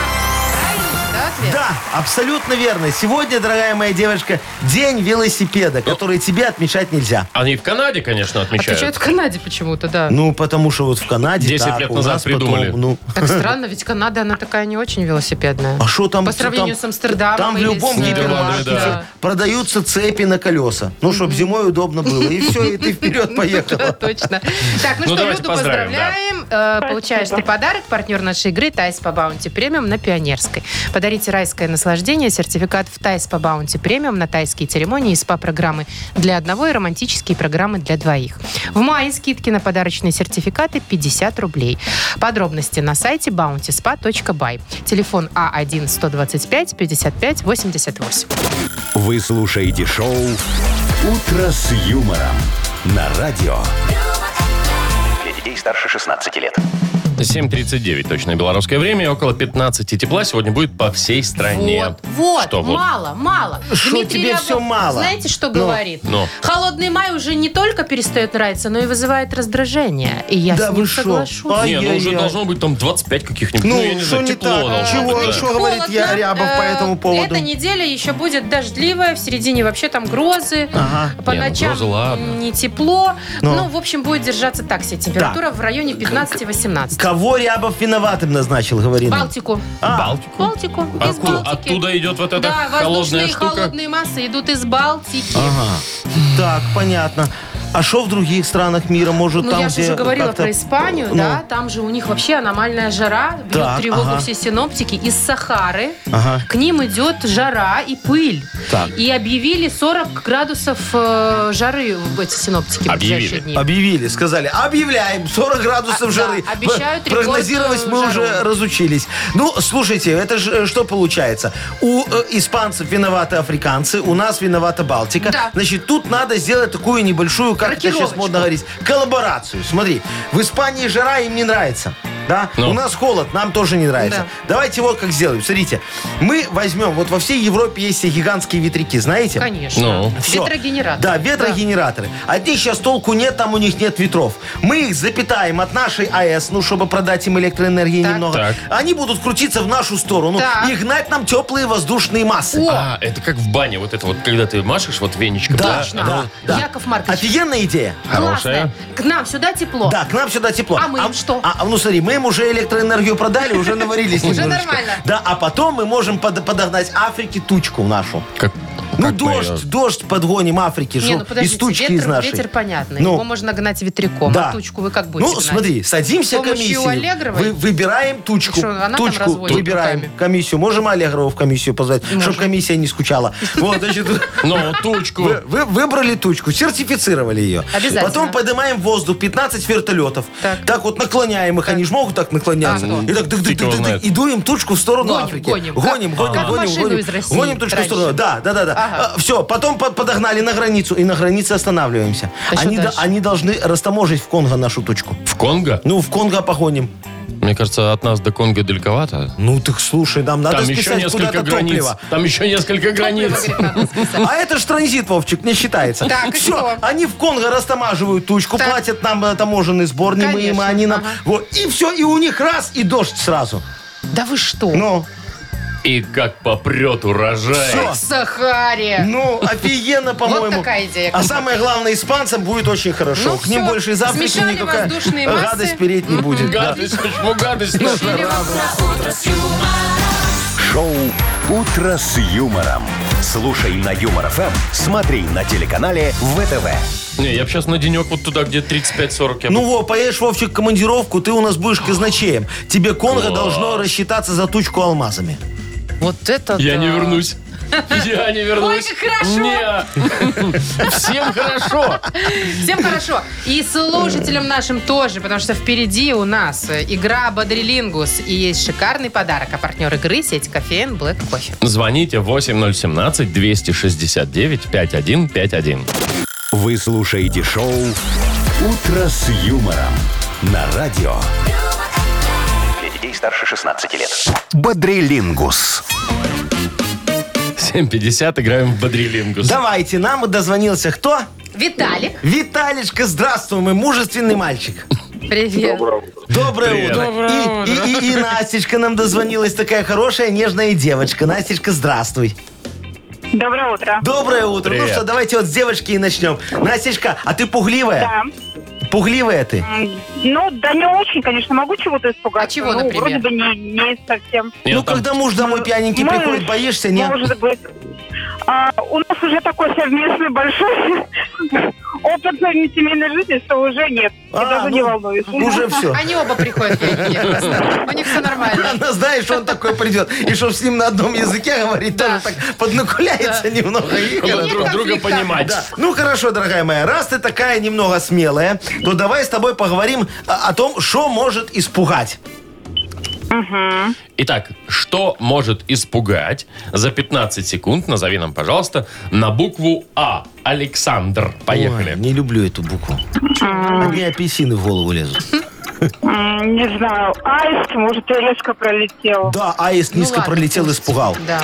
[SPEAKER 2] да, ответ?
[SPEAKER 3] Да, абсолютно верно. Сегодня, дорогая моя девочка, день велосипеда,
[SPEAKER 4] Ну.
[SPEAKER 3] который тебе отмечать нельзя.
[SPEAKER 4] Они и в Канаде,
[SPEAKER 2] А
[SPEAKER 4] конечно, отмечают.
[SPEAKER 2] Отвечают в Канаде почему-то, да.
[SPEAKER 3] Ну, потому что вот в Канаде...
[SPEAKER 4] 10
[SPEAKER 3] так,
[SPEAKER 4] лет
[SPEAKER 3] у
[SPEAKER 4] назад
[SPEAKER 3] нас потом,
[SPEAKER 4] придумали.
[SPEAKER 3] ну,
[SPEAKER 2] Так странно, ведь Канада, она такая не очень велосипедная.
[SPEAKER 3] а что там...
[SPEAKER 2] По сравнению
[SPEAKER 3] там-
[SPEAKER 2] с Амстердамом
[SPEAKER 3] Там в
[SPEAKER 2] или
[SPEAKER 3] любом
[SPEAKER 2] с, э,
[SPEAKER 3] гипермаркете
[SPEAKER 4] да.
[SPEAKER 3] продаются цепи на колеса. Ну, чтобы зимой удобно было. И все, и ты вперед
[SPEAKER 2] Ну, Да,
[SPEAKER 3] поехала.
[SPEAKER 2] точно. Так,
[SPEAKER 4] Ну,
[SPEAKER 2] ну, что,
[SPEAKER 4] давайте
[SPEAKER 2] Люду
[SPEAKER 4] поздравим,
[SPEAKER 2] поздравляем. Э, Получаешь ты
[SPEAKER 7] Спасибо.
[SPEAKER 2] подарок. Партнер нашей игры Тайс по Баунти Премиум на Пионерской. Подарите райское наслаждение, сертификат в Тайс по Баунти Премиум на тайские церемонии и СПА-программы для одного и романтические программы для двоих. В мае скидки на подарочные сертификаты 50 рублей. Подробности на сайте bountyspa.by. Телефон А А1-125-55-88.
[SPEAKER 1] Вы слушаете шоу «Утро с юмором» на радио.
[SPEAKER 6] Для детей старше 16 лет.
[SPEAKER 4] 7.39 точное белорусское время, и около 15 тепла сегодня будет по всей стране.
[SPEAKER 2] Вот, вот,
[SPEAKER 4] Что вот?
[SPEAKER 2] мало, мало.
[SPEAKER 3] Шо тебе всё мало?
[SPEAKER 2] знаете, что
[SPEAKER 3] Ну,
[SPEAKER 2] говорит?
[SPEAKER 4] ну.
[SPEAKER 2] Холодный май уже не только перестает нравиться, но и вызывает раздражение. И я
[SPEAKER 3] Да
[SPEAKER 2] с ним
[SPEAKER 3] вы шо?
[SPEAKER 2] соглашусь.
[SPEAKER 3] А,
[SPEAKER 4] Не, ну уже
[SPEAKER 3] Ай-яй-яй.
[SPEAKER 4] должно быть там 25 каких-нибудь.
[SPEAKER 3] Ну,
[SPEAKER 4] я не
[SPEAKER 3] что
[SPEAKER 4] знаю,
[SPEAKER 3] не
[SPEAKER 4] тепло
[SPEAKER 3] так?
[SPEAKER 4] должно
[SPEAKER 3] Чего?
[SPEAKER 4] быть, да.
[SPEAKER 3] Что говорит
[SPEAKER 2] Холодно.
[SPEAKER 3] я, Рябов, по
[SPEAKER 2] Э,
[SPEAKER 3] этому поводу?
[SPEAKER 2] Эта неделя еще будет дождливая, в середине вообще там грозы, по
[SPEAKER 4] Не, ну,
[SPEAKER 2] ночам
[SPEAKER 4] грозы ладно.
[SPEAKER 2] не тепло.
[SPEAKER 3] Ну.
[SPEAKER 2] Ну, в общем, будет держаться так себе температура в районе 15-18.
[SPEAKER 3] Кого Рябов виноватым назначил, говори нам.
[SPEAKER 2] Балтику.
[SPEAKER 4] А,
[SPEAKER 3] А.
[SPEAKER 4] Балтику.
[SPEAKER 2] Балтику. Из
[SPEAKER 4] Откуда-
[SPEAKER 2] Балтики.
[SPEAKER 4] Оттуда идет вот эта
[SPEAKER 2] да,
[SPEAKER 4] холодная
[SPEAKER 2] воздушные
[SPEAKER 4] штука.
[SPEAKER 2] холодные массы идут из Балтики.
[SPEAKER 3] Ага. Так, понятно. А что в других странах мира? Может,
[SPEAKER 2] Ну,
[SPEAKER 3] там,
[SPEAKER 2] я же
[SPEAKER 3] где
[SPEAKER 2] уже говорила
[SPEAKER 3] как-то,
[SPEAKER 2] про Испанию,
[SPEAKER 3] ну,
[SPEAKER 2] да, там же у них вообще аномальная жара, бьют
[SPEAKER 3] Так,
[SPEAKER 2] тревогу
[SPEAKER 3] ага.
[SPEAKER 2] все синоптики из Сахары.
[SPEAKER 3] Ага.
[SPEAKER 2] К ним идет жара и пыль.
[SPEAKER 3] Так.
[SPEAKER 2] И объявили 40 градусов э, жары в эти синоптики в
[SPEAKER 4] Объявили.
[SPEAKER 2] ближайшие дни.
[SPEAKER 3] Объявили, сказали, объявляем 40 градусов
[SPEAKER 2] А,
[SPEAKER 3] жары.
[SPEAKER 2] да, обещают
[SPEAKER 3] П- Прогнозировать
[SPEAKER 2] рекорд, э,
[SPEAKER 3] мы
[SPEAKER 2] жару.
[SPEAKER 3] уже разучились. Ну, слушайте, это же э, что получается? У э, испанцев виноваты африканцы, у нас виновата Балтика.
[SPEAKER 2] Да.
[SPEAKER 3] Значит, тут надо сделать такую небольшую, как это сейчас
[SPEAKER 2] Рокировочку.
[SPEAKER 3] модно говорить, коллаборацию. Смотри, в Испании жара им не нравится. Да?
[SPEAKER 4] Ну.
[SPEAKER 3] У нас холод, нам тоже не нравится.
[SPEAKER 2] Да.
[SPEAKER 3] Давайте вот как сделаем. Смотрите, мы возьмем, вот во всей Европе есть эти гигантские ветряки, знаете?
[SPEAKER 2] Конечно.
[SPEAKER 4] Ну.
[SPEAKER 3] Всё.
[SPEAKER 2] Ветрогенератор.
[SPEAKER 3] Да, ветрогенераторы. От них сейчас толку нет, там у них нет ветров. Мы их запитаем от нашей АЭС, ну, чтобы продать им электроэнергии
[SPEAKER 2] Так.
[SPEAKER 3] немного.
[SPEAKER 4] Так.
[SPEAKER 3] Они будут крутиться в нашу сторону
[SPEAKER 2] Так.
[SPEAKER 3] и гнать нам теплые воздушные массы.
[SPEAKER 4] А, это как в бане, вот это вот, когда ты машешь вот веничком.
[SPEAKER 3] Да,
[SPEAKER 4] а
[SPEAKER 3] да,
[SPEAKER 4] вот
[SPEAKER 3] да.
[SPEAKER 2] Яков Маркович.
[SPEAKER 3] Офигенная идея.
[SPEAKER 4] Хорошая.
[SPEAKER 2] Классная. К нам сюда тепло.
[SPEAKER 3] Да, к нам сюда тепло.
[SPEAKER 2] А мы им что?
[SPEAKER 3] а, ну смотри, мы им уже электроэнергию продали, уже наварились
[SPEAKER 2] Уже
[SPEAKER 3] немножечко.
[SPEAKER 2] нормально.
[SPEAKER 3] Да, а потом мы можем под- подогнать Африке тучку нашу.
[SPEAKER 4] Как-
[SPEAKER 3] Ну
[SPEAKER 4] как мы
[SPEAKER 3] дождь,
[SPEAKER 4] её-
[SPEAKER 3] дождь подгоним Африке,
[SPEAKER 2] Не,
[SPEAKER 3] чтоб
[SPEAKER 2] ну подождите,
[SPEAKER 3] из тучки
[SPEAKER 2] ветер,
[SPEAKER 3] из нашей.
[SPEAKER 2] ветер понятный.
[SPEAKER 3] Ну.
[SPEAKER 2] Его можно гнать ветряком.
[SPEAKER 3] Да.
[SPEAKER 2] А тучку вы как будете
[SPEAKER 3] Ну,
[SPEAKER 2] гнать?
[SPEAKER 3] смотри, садимся
[SPEAKER 2] С помощью
[SPEAKER 3] комиссию.
[SPEAKER 2] Аллегровой?
[SPEAKER 3] Вы- выбираем тучку.
[SPEAKER 2] Что, она там
[SPEAKER 3] тучку
[SPEAKER 2] разводит
[SPEAKER 3] выбираем.
[SPEAKER 2] руками?
[SPEAKER 3] Комиссию. Можем Аллегрову в комиссию позвать, чтобы комиссия не скучала. Вот, значит,
[SPEAKER 4] Ну, тучку.
[SPEAKER 3] вы, вы выбрали тучку, сертифицировали ее.
[SPEAKER 2] Обязательно.
[SPEAKER 3] Потом поднимаем в воздух 15 вертолетов.
[SPEAKER 2] Так.
[SPEAKER 3] вот наклоняем их, они же могут так наклоняться.
[SPEAKER 2] А, ну.
[SPEAKER 3] И так дык- дык-
[SPEAKER 4] Фиг его
[SPEAKER 3] дык- дык-
[SPEAKER 4] знает.
[SPEAKER 3] и дуем тучку в сторону
[SPEAKER 2] Гоним,
[SPEAKER 3] Африки.
[SPEAKER 2] гоним.
[SPEAKER 3] гоним,
[SPEAKER 2] Как-
[SPEAKER 3] гоним,
[SPEAKER 2] как
[SPEAKER 3] гоним,
[SPEAKER 2] машину
[SPEAKER 3] гоним.
[SPEAKER 2] из России
[SPEAKER 3] Гоним тучку в
[SPEAKER 2] раньше.
[SPEAKER 3] сторону. Да, да, да, да.
[SPEAKER 2] Ага.
[SPEAKER 3] Все, потом по- подогнали на границу, и на границе останавливаемся.
[SPEAKER 2] А что
[SPEAKER 3] Они до-
[SPEAKER 2] дальше?
[SPEAKER 3] они должны растаможить в Конго нашу тучку.
[SPEAKER 4] В Конго?
[SPEAKER 3] Ну, в Конго погоним.
[SPEAKER 4] Мне кажется, от нас до Конго далековато.
[SPEAKER 3] Ну так слушай, нам надо
[SPEAKER 4] Там еще
[SPEAKER 3] списать
[SPEAKER 4] несколько
[SPEAKER 3] куда-то
[SPEAKER 4] границ.
[SPEAKER 3] топливо.
[SPEAKER 4] Там еще несколько границ.
[SPEAKER 3] А это ж транзит, Вовчик, не считается.
[SPEAKER 2] Так, и
[SPEAKER 3] Всё,
[SPEAKER 2] что?
[SPEAKER 3] они в Конго растамаживают тучку,
[SPEAKER 2] Так.
[SPEAKER 3] платят нам э, таможенный сбор, не мы им,
[SPEAKER 2] Конечно,
[SPEAKER 3] а они нам.
[SPEAKER 2] ага.
[SPEAKER 3] Вот, и все, и у них раз, и дождь сразу.
[SPEAKER 2] Да вы что?
[SPEAKER 3] Ну,
[SPEAKER 4] И как попрет урожай.
[SPEAKER 3] Всё.
[SPEAKER 2] В Сахаре.
[SPEAKER 3] ну, офигенно, по-моему.
[SPEAKER 2] такая идея.
[SPEAKER 3] А самое главное, испанцам будет очень хорошо.
[SPEAKER 2] Ну
[SPEAKER 3] К ним
[SPEAKER 2] всё,
[SPEAKER 3] больше из Африки
[SPEAKER 2] смешали
[SPEAKER 3] никакая
[SPEAKER 2] воздушные массы.
[SPEAKER 3] гадость переть не будет. да. Ну,
[SPEAKER 4] Гадость, почему гадость?
[SPEAKER 2] Или вам
[SPEAKER 1] Шоу «Утро с юмором». Слушай на Юмор ФМ, смотри на телеканале ВТВ.
[SPEAKER 4] Не, я бы сейчас на денек вот туда, где 35-40. я бы-
[SPEAKER 3] Ну во, поедешь, Вовчик, в командировку, ты у нас будешь казначеем. Тебе Конго
[SPEAKER 4] Класс.
[SPEAKER 3] должно рассчитаться за тучку алмазами.
[SPEAKER 2] Вот это
[SPEAKER 4] Я
[SPEAKER 2] да.
[SPEAKER 4] не вернусь. Я не вернусь.
[SPEAKER 2] Ой, как хорошо.
[SPEAKER 4] Не. Всем хорошо.
[SPEAKER 2] Всем хорошо. И слушателям нашим тоже, потому что впереди у нас э, игра Бодрилингус. И есть шикарный подарок. А партнер игры сеть кофеин Black Кофе.
[SPEAKER 4] Звоните 8017-269-5151.
[SPEAKER 1] Вы слушаете шоу «Утро с юмором» на радио
[SPEAKER 6] Для детей старше 16 лет.
[SPEAKER 1] «Бодрилингус».
[SPEAKER 4] 7.50, играем в Бодрилингус.
[SPEAKER 3] Давайте, нам дозвонился кто?
[SPEAKER 2] Виталик,
[SPEAKER 3] Виталичка, здравствуй, мой мужественный мальчик.
[SPEAKER 2] привет.
[SPEAKER 3] Доброе
[SPEAKER 4] Привет.
[SPEAKER 3] утро.
[SPEAKER 4] Доброе
[SPEAKER 3] и, и- и- и Настечка нам дозвонилась, такая хорошая, нежная девочка. Настечка, здравствуй.
[SPEAKER 7] Доброе утро.
[SPEAKER 3] Доброе утро.
[SPEAKER 4] Привет.
[SPEAKER 3] Ну что, давайте вот с девочки и начнем. Настечка, а ты пугливая?
[SPEAKER 7] Да.
[SPEAKER 3] Пугливая ты?
[SPEAKER 7] М, Ну, да не очень, конечно, могу чего-то
[SPEAKER 2] А
[SPEAKER 7] испугаться.
[SPEAKER 2] чего,
[SPEAKER 7] Ну,
[SPEAKER 2] например?
[SPEAKER 7] вроде бы не, не совсем.
[SPEAKER 4] Нет,
[SPEAKER 3] ну,
[SPEAKER 4] там-
[SPEAKER 3] когда муж домой пьяненький
[SPEAKER 7] Ну,
[SPEAKER 3] приходит, боишься, нет?
[SPEAKER 7] Может быть. А, у нас уже такой совместный большой опыт семейной жизни, что уже нет. Я
[SPEAKER 3] А,
[SPEAKER 7] даже
[SPEAKER 3] ну,
[SPEAKER 7] не волнуюсь.
[SPEAKER 3] Уже все.
[SPEAKER 2] Они оба приходят. Нет, просто. У них все нормально.
[SPEAKER 3] Она, знаешь, он такой придет. И чтоб с ним на одном языке говорить, тоже так поднакуляется немного. И
[SPEAKER 4] Чтобы
[SPEAKER 2] Нет
[SPEAKER 4] друг друга
[SPEAKER 2] конфликта.
[SPEAKER 4] понимать.
[SPEAKER 3] Да. Ну хорошо, дорогая моя, раз ты такая немного смелая, то давай с тобой поговорим о, о том, что может испугать.
[SPEAKER 4] Итак, что может испугать за 15 секунд, назови нам, пожалуйста, на букву А. Александр.
[SPEAKER 3] Ой,
[SPEAKER 4] Поехали.
[SPEAKER 3] не люблю эту букву. Одни апельсины в голову лезут.
[SPEAKER 7] М, Не знаю, аист, может, и резко пролетел.
[SPEAKER 3] Да, аист
[SPEAKER 2] Ну
[SPEAKER 3] низко
[SPEAKER 2] ладно,
[SPEAKER 3] пролетел,
[SPEAKER 2] пусть.
[SPEAKER 3] испугал.
[SPEAKER 2] Да.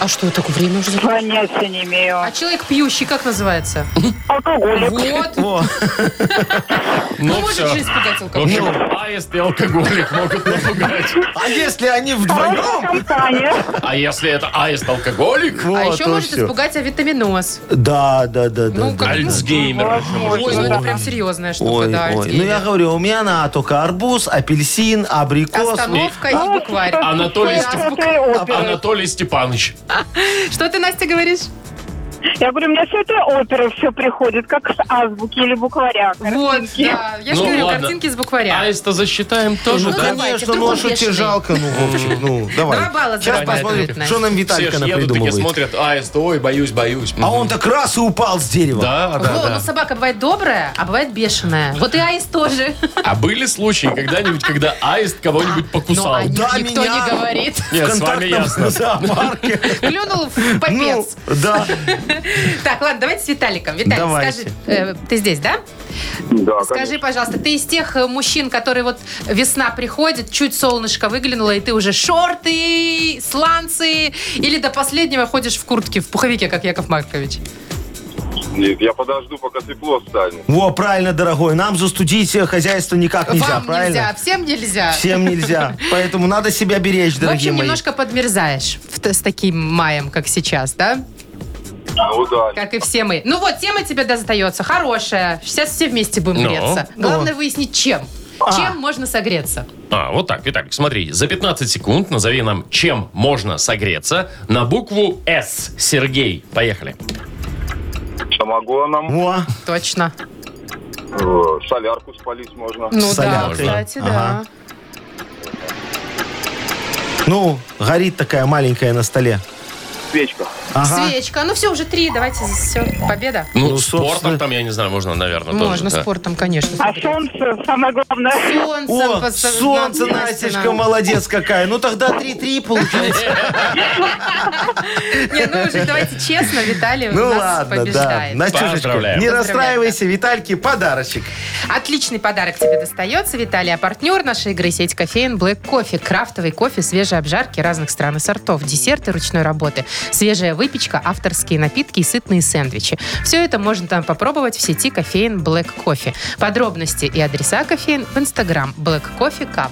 [SPEAKER 2] А что, такое время уже? за-
[SPEAKER 7] Понятия не имею.
[SPEAKER 2] А человек пьющий как называется?
[SPEAKER 7] Алкоголик.
[SPEAKER 2] Вот.
[SPEAKER 3] Во.
[SPEAKER 2] Ну, может
[SPEAKER 4] всё.
[SPEAKER 2] же испугать
[SPEAKER 4] В общем,
[SPEAKER 2] алкоголь.
[SPEAKER 4] аист и алкоголик могут напугать.
[SPEAKER 3] А если они
[SPEAKER 7] Просто
[SPEAKER 3] вдвоем?
[SPEAKER 7] компания.
[SPEAKER 4] А если это аист-алкоголик?
[SPEAKER 2] А
[SPEAKER 3] Вот,
[SPEAKER 2] еще
[SPEAKER 3] ну, то
[SPEAKER 2] может
[SPEAKER 3] всё.
[SPEAKER 2] испугать авитаминоз.
[SPEAKER 3] Да, да, да, да.
[SPEAKER 2] Ну,
[SPEAKER 3] да.
[SPEAKER 2] как
[SPEAKER 4] Альцгеймер. еще может
[SPEAKER 2] Ой,
[SPEAKER 7] Ой,
[SPEAKER 2] ну
[SPEAKER 4] быть.
[SPEAKER 2] это
[SPEAKER 7] да.
[SPEAKER 2] прям серьезная штука,
[SPEAKER 3] Ой,
[SPEAKER 2] да,
[SPEAKER 3] ой. Ну
[SPEAKER 2] Альцгеймер.
[SPEAKER 3] я говорю, у меня она только арбуз, апельсин, абрикос.
[SPEAKER 2] Остановка и букварь.
[SPEAKER 3] А,
[SPEAKER 4] Анатолий, Степ-
[SPEAKER 7] Святая опера.
[SPEAKER 4] Анатолий Степанович.
[SPEAKER 2] Что ты, Настя, говоришь?
[SPEAKER 7] Я говорю, у меня все это оперы все приходит, как с азбуки или букваря.
[SPEAKER 2] Вот,
[SPEAKER 7] Картинки.
[SPEAKER 2] да. Я же
[SPEAKER 4] Ну,
[SPEAKER 2] говорю,
[SPEAKER 4] ладно.
[SPEAKER 2] картинки с букваря.
[SPEAKER 3] А
[SPEAKER 4] Аиста засчитаем тоже,
[SPEAKER 3] Ну,
[SPEAKER 2] Ну,
[SPEAKER 4] да?
[SPEAKER 2] давайте,
[SPEAKER 3] конечно, ну
[SPEAKER 2] вдруг
[SPEAKER 3] а
[SPEAKER 2] он
[SPEAKER 3] что тебе
[SPEAKER 2] бешеный.
[SPEAKER 3] жалко, ну, Вовчик, ну, давай.
[SPEAKER 2] Два балла
[SPEAKER 3] Сейчас
[SPEAKER 2] зарабатывает
[SPEAKER 3] посмотрим,
[SPEAKER 2] Настя.
[SPEAKER 3] что нам
[SPEAKER 4] Все
[SPEAKER 3] Виталька
[SPEAKER 4] ж едут такие,
[SPEAKER 3] напридумывает.
[SPEAKER 4] смотрят, аист, ой, боюсь, боюсь.
[SPEAKER 3] А он так раз и упал с дерева.
[SPEAKER 4] Да,
[SPEAKER 2] Во,
[SPEAKER 4] да,
[SPEAKER 2] ну
[SPEAKER 4] да.
[SPEAKER 2] собака бывает добрая, а бывает бешеная. Вот и аист тоже.
[SPEAKER 4] А были случаи когда-нибудь, когда аист кого-нибудь
[SPEAKER 3] Ну,
[SPEAKER 2] Но
[SPEAKER 4] покусал?
[SPEAKER 2] о них
[SPEAKER 3] Да,
[SPEAKER 2] никто
[SPEAKER 3] меня.
[SPEAKER 2] не говорит.
[SPEAKER 3] В
[SPEAKER 4] Нет, с вами
[SPEAKER 3] контактном
[SPEAKER 4] ясно.
[SPEAKER 3] зоопарке.
[SPEAKER 2] Клюнул в
[SPEAKER 3] Ну,
[SPEAKER 2] попец.
[SPEAKER 3] да.
[SPEAKER 2] Так, ладно, давайте с Виталиком. Виталик,
[SPEAKER 3] Давайте.
[SPEAKER 2] скажи, э, ты здесь, да?
[SPEAKER 5] Да,
[SPEAKER 2] Скажи, пожалуйста, ты из тех э, мужчин, которые вот весна приходит, чуть солнышко выглянуло, и ты уже шорты, сланцы, или до последнего ходишь в куртке, в пуховике, как Яков Маркович?
[SPEAKER 5] Нет, я подожду, пока тепло станет.
[SPEAKER 3] Во, правильно, дорогой. Нам застудить э, хозяйство никак нельзя,
[SPEAKER 2] Вам
[SPEAKER 3] правильно?
[SPEAKER 2] нельзя, всем нельзя.
[SPEAKER 3] Всем нельзя. Поэтому надо себя беречь,
[SPEAKER 2] В
[SPEAKER 3] дорогие
[SPEAKER 2] общем,
[SPEAKER 3] мои.
[SPEAKER 2] немножко подмерзаешь в т- с таким маем, как сейчас, да?
[SPEAKER 5] Ну да.
[SPEAKER 2] Как и все мы. Ну вот, тема тебе достается. Хорошая. Сейчас все вместе будем
[SPEAKER 4] Ну.
[SPEAKER 2] греться. Главное выяснить, чем.
[SPEAKER 3] А.
[SPEAKER 2] Чем можно согреться?
[SPEAKER 4] А, вот так, Виталик, смотри, за 15 секунд назови нам, чем можно согреться на букву С. Сергей, поехали.
[SPEAKER 5] Самогоном.
[SPEAKER 3] Во.
[SPEAKER 2] Точно.
[SPEAKER 3] Ну.
[SPEAKER 5] э, Солярку спалить можно.
[SPEAKER 2] Ну да,
[SPEAKER 3] соляркой.
[SPEAKER 2] кстати,
[SPEAKER 3] Ага.
[SPEAKER 2] да.
[SPEAKER 3] Ну, горит такая маленькая на столе.
[SPEAKER 5] Свечка.
[SPEAKER 3] Ага.
[SPEAKER 2] Свечка. Ну все, уже три. Давайте, все, победа.
[SPEAKER 4] Ну,
[SPEAKER 3] Ну, собственно.
[SPEAKER 4] спортом там, я не знаю, можно, наверное,
[SPEAKER 3] Ну,
[SPEAKER 4] тоже.
[SPEAKER 2] Можно
[SPEAKER 4] да.
[SPEAKER 2] спортом, конечно.
[SPEAKER 7] А
[SPEAKER 2] смотреть.
[SPEAKER 7] солнце, самое главное.
[SPEAKER 2] Солнцем
[SPEAKER 3] О,
[SPEAKER 2] посо-
[SPEAKER 3] солнце,
[SPEAKER 2] нам
[SPEAKER 3] Настюшка,
[SPEAKER 2] ясно.
[SPEAKER 3] молодец какая. Ну тогда 3-3 получается.
[SPEAKER 2] Не, ну уже давайте честно, Виталий
[SPEAKER 3] Ну
[SPEAKER 2] у нас
[SPEAKER 3] ладно, да.
[SPEAKER 2] побеждает.
[SPEAKER 3] Настюшечка,
[SPEAKER 4] Поздравляем.
[SPEAKER 3] не
[SPEAKER 2] Поздравляем,
[SPEAKER 3] расстраивайся, Витальке подарочек.
[SPEAKER 2] Отличный подарок тебе достается, Виталий. А партнер нашей игры сеть кофеин Black Coffee. Крафтовый кофе, свежие обжарки разных стран и сортов, десерты ручной работы, свежая выпечка, авторские напитки и сытные сэндвичи. Все это можно там попробовать в сети кофеин Black Coffee. Подробности и адреса кофеин в инстаграм Black Coffee Cup.